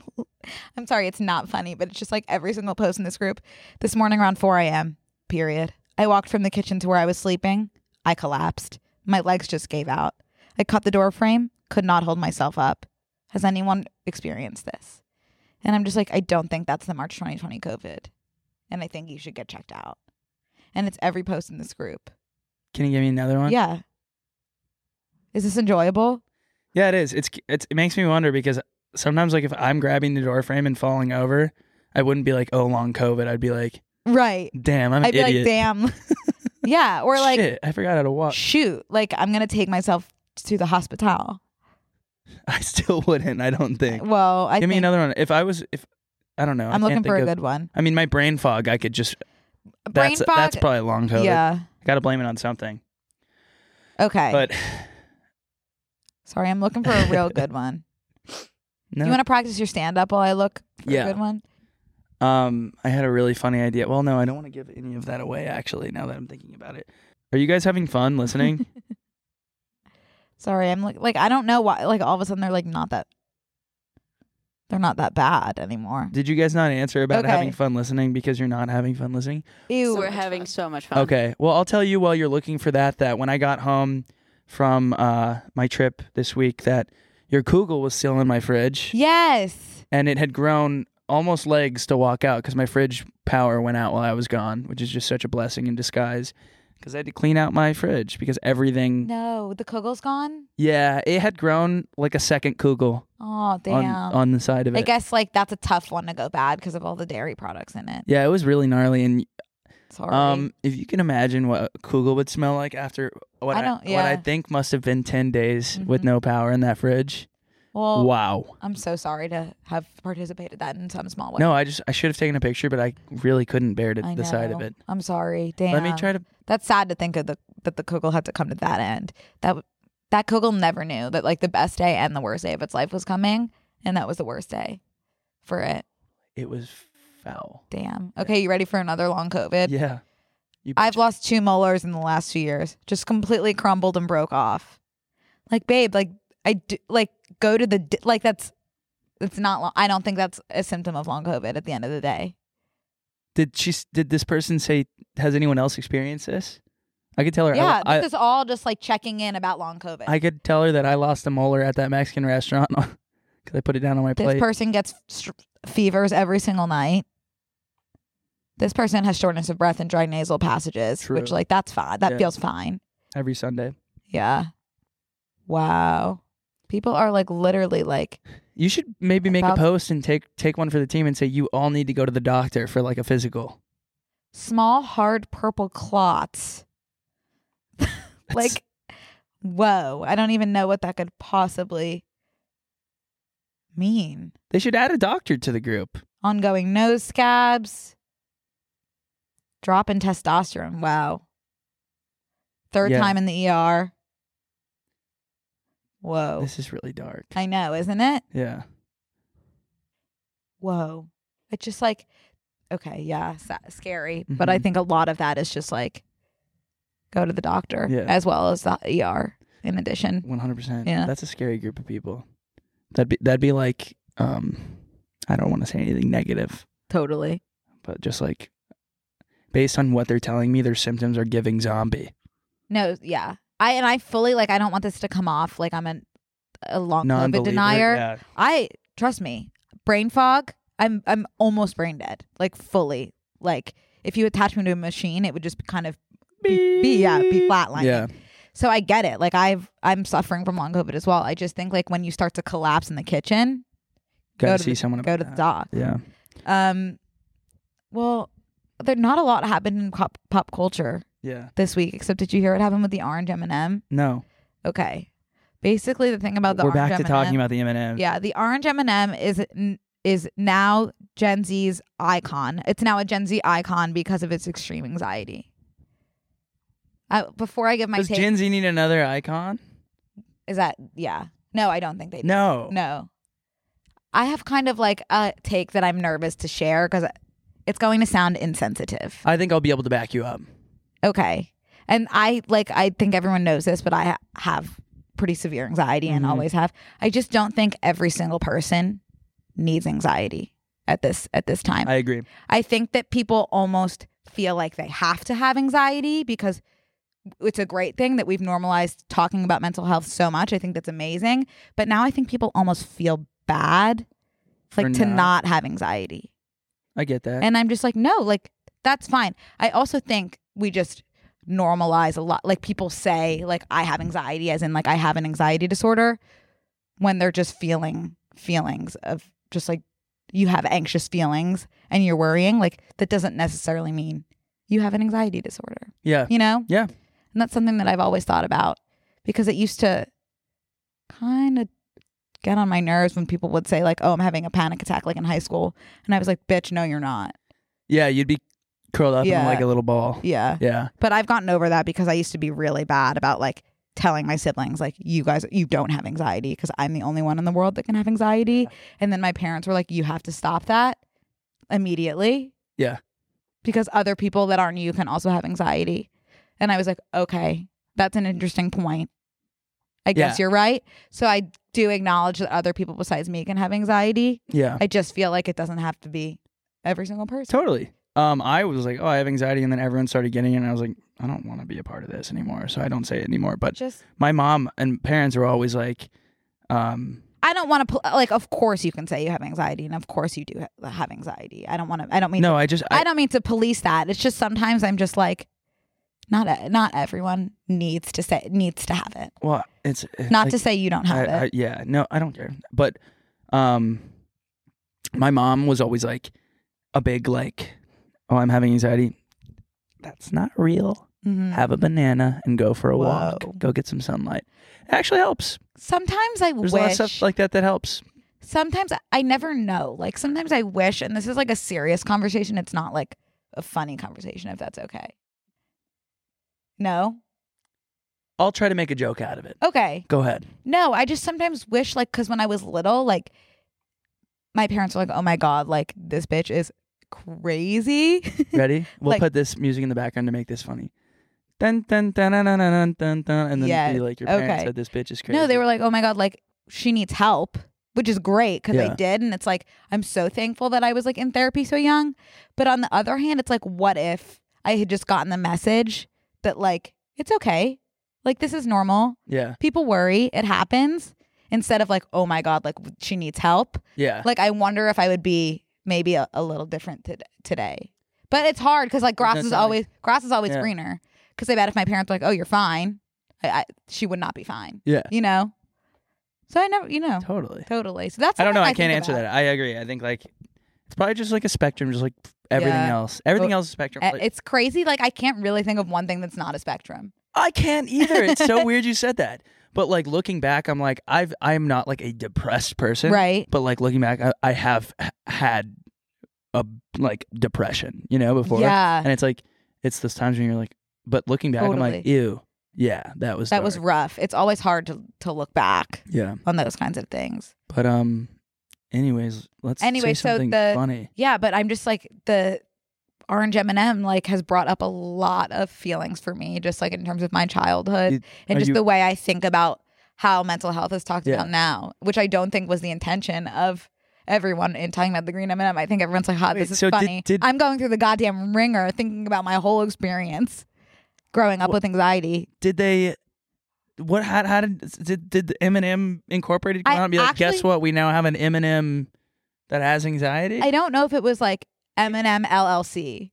I'm sorry, it's not funny, but it's just like every single post in this group. This morning around 4 a.m. period, I walked from the kitchen to where I was sleeping. I collapsed. My legs just gave out. I cut the door frame, could not hold myself up. Has anyone experienced this? And I'm just like, I don't think that's the March 2020 COVID. And I think you should get checked out. And it's every post in this group.
Can you give me another one?
Yeah. Is this enjoyable?
Yeah, it is. It's, it's it makes me wonder because sometimes like if I'm grabbing the door frame and falling over, I wouldn't be like, oh, long COVID. I'd be like,
Right.
damn, I'm an
I'd be
idiot.
like, damn. yeah. Or like,
Shit, I forgot how to walk.
shoot, like I'm going to take myself to the hospital.
I still wouldn't. I don't think.
Well, I
Give me
think
another one. If I was, if I don't know, I
I'm looking
can't
for a
think of-
good one.
I mean, my brain fog. I could just.
Brain
that's
fog.
that's probably long COVID.
yeah.
Got to blame it on something.
Okay.
But
Sorry, I'm looking for a real good one.
no.
You want to practice your stand up while I look for
Yeah.
a good one?
um, I had a really funny idea. Well, no, I don't want to give any of that away. Actually, now that I'm thinking about it, are you guys having fun listening?
Sorry, I'm like like I don't know why like all of a sudden they're like not that they're not that bad anymore.
Did you guys not answer about
Okay.
having fun listening because you're not having fun listening?
Ew.
So we're having so much fun.
Okay. Well, I'll tell you while you're looking for that that when I got home from uh, my trip this week that your Kugel was still in my fridge
Yes.
and it had grown almost legs to walk out because my fridge power went out while I was gone, which is just such a blessing in disguise. Because I had to clean out my fridge because everything.
No, the Kugel's gone.
Yeah, it had grown like a second Kugel
Oh damn.
on on the side of it.
I guess like that's a tough one to go bad because of all the dairy products in it.
Yeah, it was really gnarly, and
Sorry.
Um, if you can imagine what a Kugel would smell like after what I,
I don't-
what I
yeah.
think must have been ten days with
Mhm.
no power in that fridge.
well,
wow.
I'm so sorry to have participated that in some small way.
No, I just I should have taken a picture, but I really couldn't bear to,
I
the side of
know.
it.
I'm sorry. Damn.
Let me try to.
That's sad to think of the that the Kugel had to come to that end. That w- that Kugel never knew that like the best day and the worst day of its life was coming, and that was the worst day for it.
It was foul.
Damn. Okay, you ready for another long COVID?
Yeah. You
I've
betcha.
lost two molars in the last two years. Just completely crumbled and broke off. Like, babe, like I do, like go to the d- like that's it's not. Long, I don't think that's a symptom of long COVID. At the end of the day,
Did she? s- Did this person say? Has anyone else experienced this? I could tell her. I-
yeah,
I,
this is all just like checking in about long COVID.
I could tell her that I lost a molar at that Mexican restaurant because I put it down on my
This
plate.
person gets str- fevers every single night. This person has shortness of breath and dry nasal passages,
True.
which like that's fine. That
Yeah.
feels fine.
every Sunday.
Yeah. Wow. People are like literally like
You should maybe make a
About-
post and take take one for the team and say you all need to go to the doctor for like a physical.
small hard purple clots. like whoa, I don't even know what that could possibly mean.
They should add a doctor to the group.
Ongoing nose scabs. Drop in testosterone. Wow. Third
Yeah.
time in the ER. Whoa.
This is really dark.
Oh. I know, isn't it?
yeah.
Whoa. It's just like, okay, yeah, sa- scary. But I
Mhm.
think a lot of that is just like, go to the doctor
Yeah.
as well as the ER in addition.
One hundred percent.
Yeah.
That's a scary group of people. That'd be that'd be like um I don't want to say anything negative,
Totally.
but just like based on what they're telling me, their symptoms are giving zombie.
No, yeah. I and I fully like I don't want this to come off like I'm an, a long
Non
COVID denier.
Yeah.
I trust me, brain fog. I'm I'm almost brain dead, like fully. Like if you attach me to a machine, it would just kind of be, be yeah, be flatlining.
Yeah.
So I get it. Like I've I'm suffering from long COVID as well. I just think like when you start to collapse in the kitchen,
Gotta
to
see
the-
someone
go
about
to the
that.
doc.
Yeah.
Um, well, there not a lot happened in pop pop culture
Yeah.
this week. Except did you hear what happened with the orange M and M?
No.
Okay, basically the thing about the
We're
orange
back to
M&M
talking about the M and M.
Yeah, the orange M&M is n- is now Gen Z's icon. It's now a Gen Z icon because of its extreme anxiety. Uh, before I give my
Does
take,
Gen Z need another icon?
is that yeah? No, I don't think they do.
No.
No. I have kind of like a take that I'm nervous to share because it's going to sound insensitive.
I think I'll be able to back you up.
Okay, and I like I think everyone knows this, but I ha- have pretty severe anxiety and
Mhm.
always have. I just don't think every single person needs anxiety at this at this time.
I agree.
I think that people almost feel like they have to have anxiety because it's a great thing that we've normalized talking about mental health so much. I think that's amazing. But now I think people almost feel bad
For
like to
not-
not have anxiety.
I get that.
And I'm just like, no, like that's fine. I also think we just normalize a lot. Like people say like I have anxiety as in like I have an anxiety disorder when they're just feeling feelings of just like you have anxious feelings and you're worrying, like that doesn't necessarily mean you have an anxiety disorder,
Yeah.
you know?
Yeah.
And that's something that I've always thought about because it used to kind of get on my nerves when people would say, like, oh, I'm having a panic attack, like in high school. And I was like, bitch, no, you're not.
Yeah. You'd be curled up
Yeah.
in like a little ball.
Yeah.
Yeah.
But I've gotten over that because I used to be really bad about like telling my siblings like you guys you don't have anxiety because I'm the only one in the world that can have anxiety and then my parents were like you have to stop that immediately.
Yeah.
Because other people that aren't you can also have anxiety. And I was like, "Okay, that's an interesting point." I guess
Yeah.
you're right. So I do acknowledge that other people besides me can have anxiety.
Yeah.
I just feel like it doesn't have to be every single person.
Totally. Um, I was like, oh, I have anxiety, and then everyone started getting it, and I was like, I don't want to be a part of this anymore, so I don't say it anymore. But
Just
my mom and parents were always like, um,
I don't want to pl- like. Of course, you can say you have anxiety, and of course, you do ha- have anxiety. I don't want to. I don't mean.
no,
to,
I just,
I,
I,
don't mean to police that. It's just sometimes I'm just like, not e- not everyone needs to say needs to have it.
well, it's it's
Not
like-
to say you don't have
I,
it.
I, yeah, no, I don't care. But um, my mom was always like a big like, oh, I'm having anxiety. That's not real.
Mhm.
Have a banana and go for a walk.
Whoa.
Go get some sunlight. It actually helps.
sometimes I
There's
wish.
a lot of stuff like that that helps.
sometimes I- I never know. Like sometimes I wish, and this is like a serious conversation. It's not like a funny conversation. If that's okay. No.
I'll try to make a joke out of it.
Okay.
Go ahead.
No, I just sometimes wish, like, because when I was little, like, my parents were like, oh my God, like, this bitch is crazy.
Ready? We'll
Like-
put this music in the background to make this funny. Dun dun dun dun dun dun dun dun, and then
Yeah,
be like your parents
okay.
said this bitch is crazy.
no, they were like, oh my God, like, she needs help, which is great because
Yeah.
they did. And it's like, I'm so thankful that I was like in therapy so young. But on the other hand, it's like, what if I had just gotten the message that, like, it's okay. Like, this is normal.
yeah,
People worry, it happens. Instead of like, oh my God, like, she needs help.
yeah,
like I wonder if I would be maybe a, a little different tod- today. But it's hard because like grass
That's
is
not like-
always grass is always
Yeah.
greener. Because I bet if my parents were like, "Oh, you're fine," I, I, she would not be fine.
yeah.
You know. So I never, you know,
Totally.
totally. So that's
I don't know.
something
I,
think
can't answer
about.
that. I agree. I think like it's probably just like a spectrum, just like everything
Yeah.
else. Everything
Oh,
else is spectrum.
Uh,
but
It's crazy. Like I can't really think of one thing that's not a spectrum.
I can't either. It's so weird you said that. But like looking back, I'm like I've I am not like a depressed person.
Right.
But like looking back, I, I have h- had a like depression, you know, before.
Yeah.
And it's like it's those times when you're like, but looking back, I'm like,
Totally.
ew, yeah, that was
That was
dark.
rough. It's always hard to to look back
yeah.
on those kinds of things.
But um, anyways, let's
Anyway,
say
so
something
the-
funny.
Yeah, but I'm just like the orange M&M like has brought up a lot of feelings for me just like in terms of my childhood
It- are
and just
you-
the way I think about how mental health is talked
Yeah.
about now, which I don't think was the intention of everyone in talking about the green M&M. I think everyone's like, "Hot,
Wait,
this is
so did-
funny."
did-
I'm going through the goddamn ringer thinking about my whole experience growing up
Wha-
with anxiety.
did they what how, how did did did the Eminem Incorporated come
I
out and be like, guess
actually-
what? We now have an Eminem that has anxiety.
I don't know if it was like M&M LLC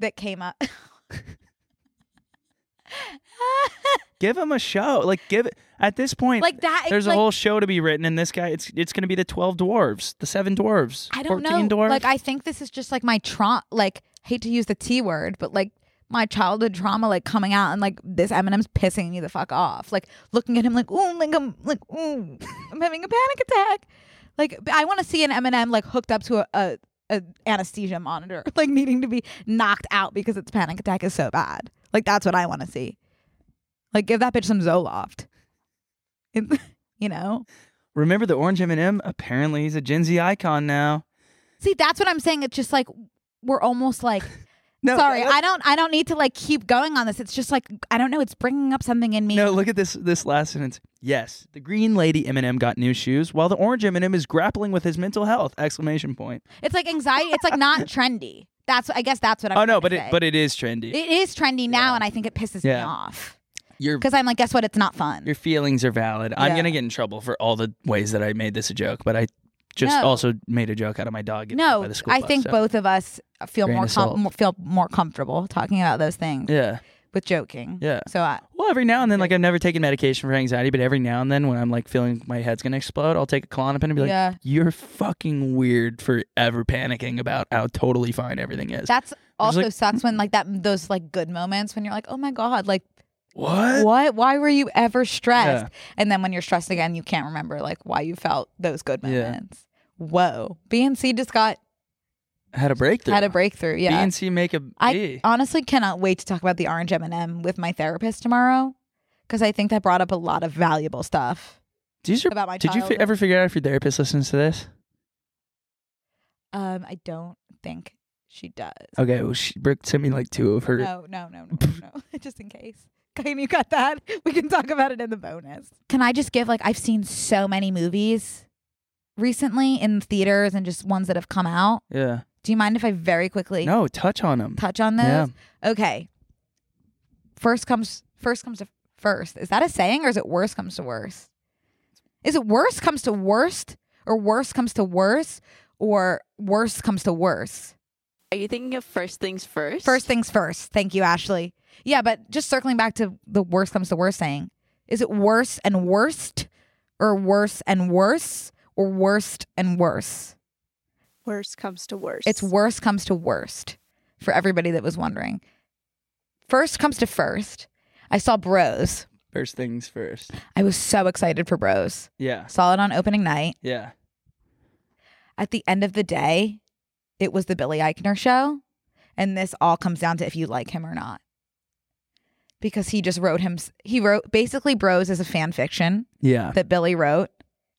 that came up.
give him a show. Like give it at this point.
like that
there's
like,
a whole show to be written, and this guy it's it's gonna be the twelve dwarves, the seven dwarves,
I don't
fourteen
know.
dwarves.
Like I think this is just like my trauma. Like hate to use the t word, but like my childhood trauma, like coming out and like this Eminem's pissing me the fuck off. Like looking at him, like ooh, like I'm like ooh, I'm having a panic attack. Like b- I want to see an Eminem like hooked up to a, a, a anesthesia monitor, like needing to be knocked out because its panic attack is so bad. Like that's what I want to see. Like give that bitch some Zoloft. It- you know.
Remember the orange Eminem? Apparently, he's a Gen Z icon now.
See, that's what I'm saying. It's just like we're almost like
No,
sorry.
yeah,
I don't. I don't need to like keep going on this. It's just like I don't know. It's bringing up something in me.
No, look at this this last sentence. Yes, the green lady Eminem got new shoes, while the orange Eminem is grappling with his mental health! Exclamation point.
It's like anxiety. It's like not trendy. That's. I guess that's what I'm.
oh no,
trying
but
to
it
say.
but it is trendy.
it is trendy now, and I think it pisses me
Yeah.
off
You're
because I'm like, guess what? It's not fun.
Your feelings are valid. I'm
Yeah.
gonna get in trouble for all the ways that I made this a joke, but I just
No.
also made a joke out of my dog. getting hit
no,
by the school
I
bus,
think
so-
both of us feel
Grain
more
of salt.
com- more- feel more comfortable talking about those things.
Yeah,
with joking.
Yeah.
So uh, I,
Well, every now and then, like I've never taken medication for anxiety, but every now and then, when I'm like feeling my head's gonna explode, I'll take a Klonopin and be like,
Yeah.
"You're fucking weird for ever panicking about how totally fine everything is."
that's also
like-
sucks when like that those like good moments when you're like, oh my god, like
what?
what? Why were you ever stressed? And then when you're stressed again, you can't remember like why you felt those good
Yeah.
moments. Whoa, BNC just got
Had a breakthrough.
had a breakthrough. Yeah,
BNC make a B.
I honestly cannot wait to talk about the orange M&M with my therapist tomorrow because I think that brought up a lot of valuable stuff.
Did you,
about my
did you fi-
childhood.
ever figure out if your therapist listens to this?
Um, I don't think she does.
Okay, well, she Brooke sent me like two of her.
No, no, no, no, no, no. Just in case. Can you got that? We can talk about it in the bonus. Can I just give like I've seen so many movies recently in theaters and just ones that have come out.
Yeah.
Do you mind if I very quickly
No, touch on them.
touch on those?
Yeah.
Okay. First comes first comes to first. Is that a saying or is it worse comes to worst? Is it worse comes to worst or worse comes to worse or worse comes to worse?
Are you thinking of first things first?
First things first. Thank you, Ashley. Yeah, but just circling back to the worst comes to worst saying. Is it worse and worst or worse and worse or worst and worse?
Worse comes to worse.
It's worst comes to worst for everybody that was wondering. First comes to first. I saw Bros.
First things first.
I was so excited for Bros.
Yeah.
Saw it on opening night.
Yeah.
At the end of the day, it was the Billy Eichner show. And this all comes down to if you like him or not. Because he just wrote him, he wrote basically Bros is a fan fiction
Yeah.
that Billy wrote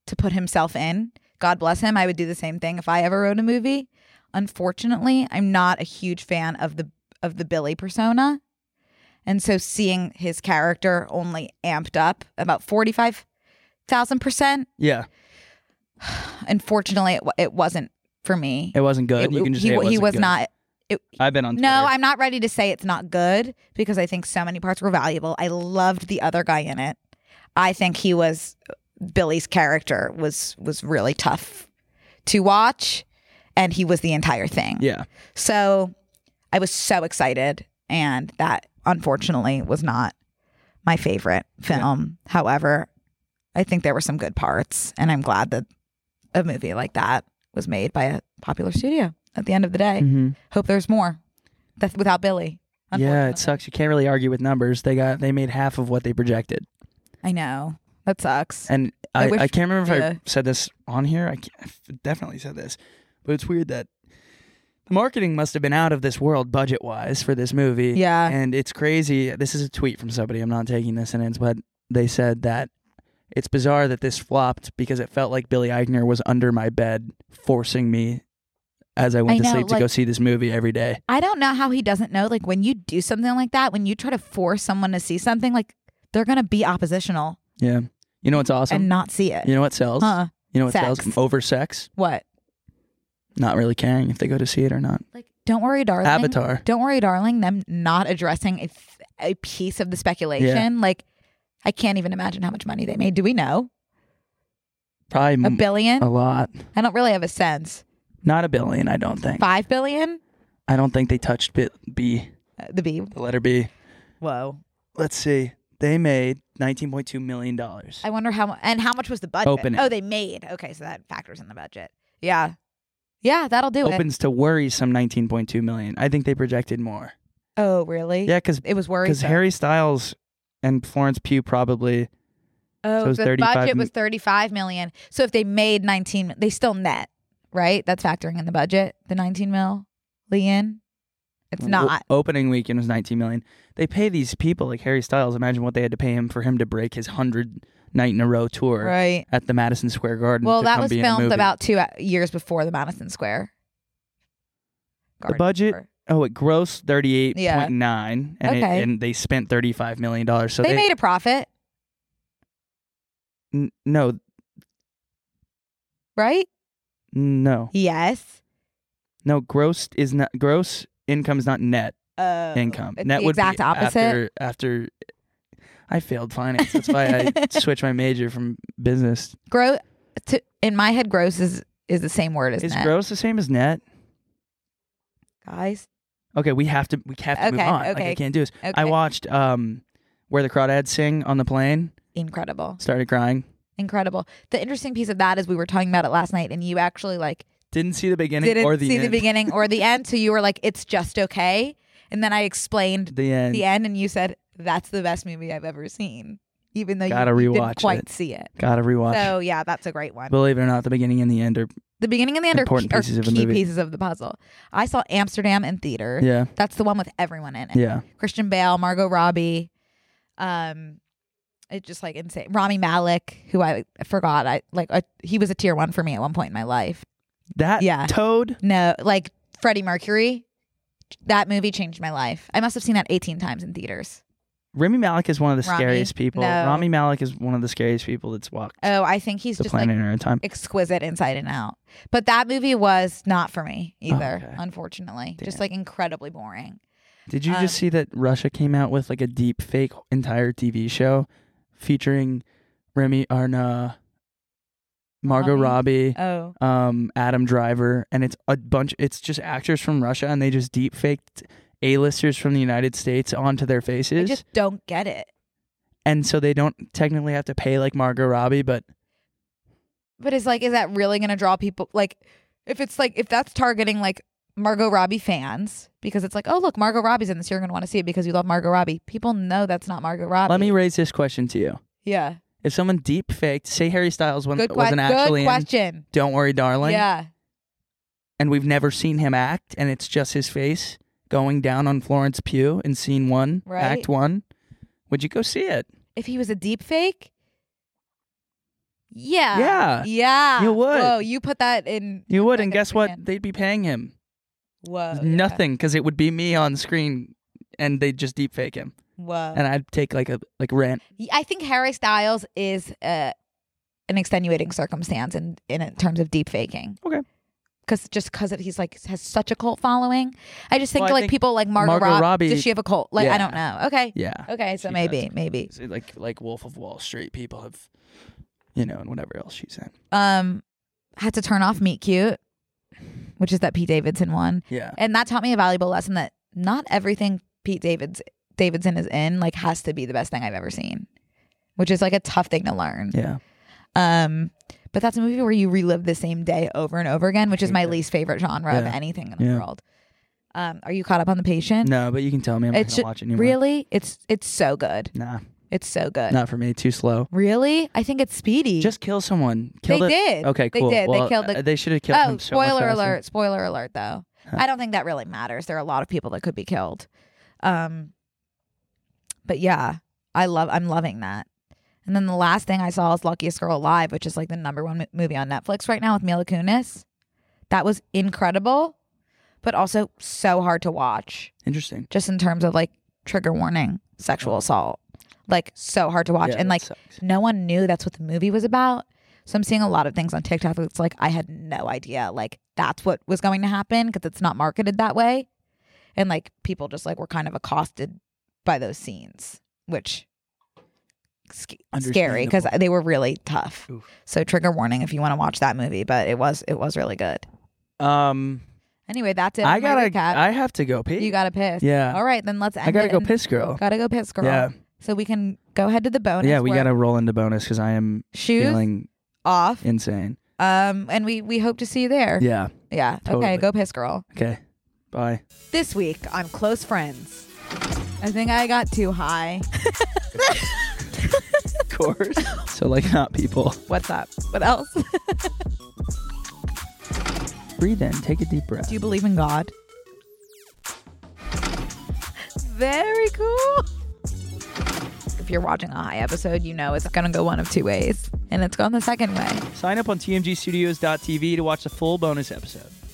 to put himself in. God bless him. I would do the same thing if I ever wrote a movie. Unfortunately, I'm not a huge fan of the of the Billy persona. And so seeing his character only amped up about 45,000%,
Yeah.
unfortunately it, wa- it wasn't for me.
It wasn't good.
It-
you can just
he,
say it
wa- he
wasn't
was
good.
not it,
I've been on.
no,
Twitter.
I'm not ready to say it's not good because I think so many parts were valuable. I loved the other guy in it. I think he was Billy's character was was really tough to watch and he was the entire thing.
Yeah.
So I was so excited and that unfortunately was not my favorite film. However, I think there were some good parts and I'm glad that a movie like that was made by a popular studio at the end of the day
Mm-hmm.
hope there's more. That's without Billy.
Yeah, it
unfortunately.
sucks. You can't really argue with numbers. They got they made half of what they projected.
I know that sucks.
And I,
I
I,
wish-
can't remember if
yeah.
I said this on here. I, can't, I f- definitely said this, but it's weird that the marketing must have been out of this world budget wise for this movie.
Yeah.
and it's crazy. This is a tweet from somebody. I'm not taking this in its, but they said that it's bizarre that this flopped because it felt like Billy Eichner was under my bed forcing me as I went
I
to
know,
sleep to
like-
go see this movie every day.
I don't know how he doesn't know. Like when you do something like that, when you try to force someone to see something, like they're gonna be oppositional
Yeah, you know what's awesome?
and not see it.
you know what sells?
Huh?
You know what
Sex.
sells? Over sex.
What?
Not really caring if they go to see it or not.
Like, don't worry, darling.
Avatar.
Don't worry, darling. Them not addressing a, th- a piece of the speculation. Like, I can't even imagine how much money they made. Do we know?
Probably
A
m-
billion?
a lot.
I don't really have a sense.
Not a billion, I don't think.
Five billion?
I don't think they touched bit B,
Uh, the B.
the letter B.
Whoa.
Let's see. They made $19.2 million.
I wonder how mu- and how much was the budget?
Open it.
Oh, they made. Okay, so that factors in the budget. Yeah, yeah, that'll do it.
Opens to worrisome 19.2 million. I think they projected more.
Oh, really?
Yeah, because
it was worrisome.
Harry Styles and Florence Pugh probably.
oh,
so it was
the
35
budget
mi-
was thirty-five million. So if they made nineteen, they still net, right? That's factoring in the budget, the nineteen mil, Leanne. It's
w-
not.
opening weekend was 19 million. They pay these people like Harry Styles. Imagine what they had to pay him for him to break his 100 night in a row tour
Right.
at the Madison Square Garden.
Well,
to
that
come
was
be in a
filmed
movie.
about two uh, years before the Madison Square. Garden
budget-
tour.
Oh, it grossed thirty eight point nine, and it-
Okay.
and they spent thirty five million dollars. So
they,
they,
made a profit,
n- no,
right?
no,
Yes.
no. Gross is not gross income is not net
Uh,
income.
it's
net
the
would
exact
be
opposite.
after after. I failed finance. That's why I switched my major from business.
gross to in my head gross is is the same word as
Is
net.
gross the same as net?
guys
okay, we have to we have to move
Okay,
on. Like I
okay,
can't do this. I
okay.
watched um where the crawdads sing on the plane.
Incredible.
Started crying.
Incredible. The interesting piece of that is we were talking about it last night and you actually like
Didn't see the beginning
didn't
or the
see
end.
the beginning or the end. So you were like, it's just okay. And then I explained
The end.
the end and you said, that's the best movie I've ever seen. Even though
Gotta
you, you
rewatch
didn't quite
it.
see it.
Gotta rewatch.
So yeah, that's a great one.
Believe it or not, the beginning and the end are
the beginning and the end are,
important
key- are
pieces of a
key
movie.
pieces of the puzzle. I saw Amsterdam in theater.
yeah,
That's the one with everyone in it.
yeah.
Christian Bale, Margot Robbie, um, it's just like insane. Rami Malik, who I forgot, I like a, he was a tier one for me at one point in my life.
That
Yeah.
toad.
No, like Freddie Mercury, that movie changed my life. I must have seen that eighteen times in theaters.
Remy Malik is one of the
Rami?
scariest people.
No.
Rami Malik is one of the scariest people that's walked
Oh, I think he's
the
just
planet
like
in our time.
exquisite inside and out. But that movie was not for me either,
Oh, okay.
unfortunately. Just
Damn.
like incredibly boring.
Did you
um,
just see that Russia came out with like a deep fake entire TV show featuring Remy Arna, Margot
Robbie.
Robbie,
Oh,
um, Adam Driver, and it's a bunch. It's just actors from Russia, and they just deep faked A-listers from the United States onto their
I
faces,
just don't get it.
and so they don't technically have to pay like Margot Robbie, but
But it's like, is that really going to draw people? Like, if it's like, if that's targeting like Margot Robbie fans, because it's like, oh, look, Margot Robbie's in this. You're going to want to see it because you love Margot Robbie. People know that's not Margot Robbie.
let me raise this question to you:
Yeah.
If someone deep faked, say Harry Styles when,
Good, que-
wasn't actually in
good question.
"Don't Worry, Darling,"
yeah.
and we've never seen him act, and it's just his face going down on Florence Pugh in scene one,
Right.
act one. Would you go see it?
If he was a deep fake. Yeah.
Yeah.
Yeah.
You would.
Whoa, you put that in.
You would,
like
and
a
guess what?
freaking-
They'd be paying him
Whoa. yeah.
nothing because it would be me on screen, and they'd just deep fake him,
Whoa.
and I'd take like a like rent.
Y- I think Harry Styles is uh, an extenuating circumstance in, in terms of deep faking.
Okay.
Because just because he's like has such a cult following, I just think
Well, I
like
think
people like Margot,
Margot
Rob-
Robbie-
Does she have a cult? Like
Yeah.
I don't know. Okay.
Yeah,
Okay. So
She
maybe
does.
maybe.
So, like like Wolf of Wall Street. People have, you know, and whatever else she's in.
Um, had to turn off Meet Cute, which is that Pete Davidson one,
Yeah,
and that taught me a valuable lesson that not everything Pete Davids Davidson is in like has to be the best thing I've ever seen, which is like a tough thing to learn.
yeah.
Um, but that's a movie where you relive the same day over and over again, which is
hate
my
that.
least favorite genre of
Yeah.
anything in the
Yeah.
world. Um, are you caught up on the patient?
No, but you can tell me. I'm not
it's
gonna
ju-
watch it anymore.
really it's it's so good.
Nah,
It's so good.
not for me. Too slow.
Really, I think it's speedy.
Just kill someone. Kill
They
the-
did.
Okay,
They
cool.
did. They
Well,
killed the-
uh, They should have killed
oh,
him. so much
spoiler
faster.
alert! Spoiler alert! Though
Huh.
I don't think that really matters. There are a lot of people that could be killed. Um, but yeah, I love. I'm loving that. And then the last thing I saw is Luckiest Girl Alive, which is like the number one mo- movie on Netflix right now with Mila Kunis. That was incredible, but also so hard to watch,
Interesting.
just in terms of like trigger warning, sexual assault, like so hard to watch,
Oh. Yeah,
and
that
like
sucks.
no one knew that's what the movie was about. So I'm seeing a lot of things on TikTok that's like I had no idea like that's what was going to happen because it's not marketed that way, and like people just like were kind of accosted by those scenes, which sc- scary because
Understandable.
they were really tough.
Oof.
So trigger warning if you want to watch that movie, but it was it was really good.
Um,
Anyway, that's it.
I
My
gotta.
recap.
I have to go pee.
you gotta piss.
Yeah.
All right, then let's. End
I gotta
it
go
and-
piss, girl.
Gotta go piss, girl.
Yeah.
So we can go ahead to the bonus.
yeah, we
where
gotta roll into bonus because I am
shoes
feeling
off.
insane.
Um, and we we hope to see you there.
Yeah.
Yeah.
Totally.
Okay, go piss girl.
Okay. Bye.
This week on Close Friends. I think I got too high.
Of course. so like, not people.
What's up? What else? Do
Breathe in. Take a deep breath.
you believe in God? Very cool. If you're watching a high episode, you know it's gonna go one of two ways. And it's gone the second way.
Sign up on tmgstudios.tv to watch the full bonus episode.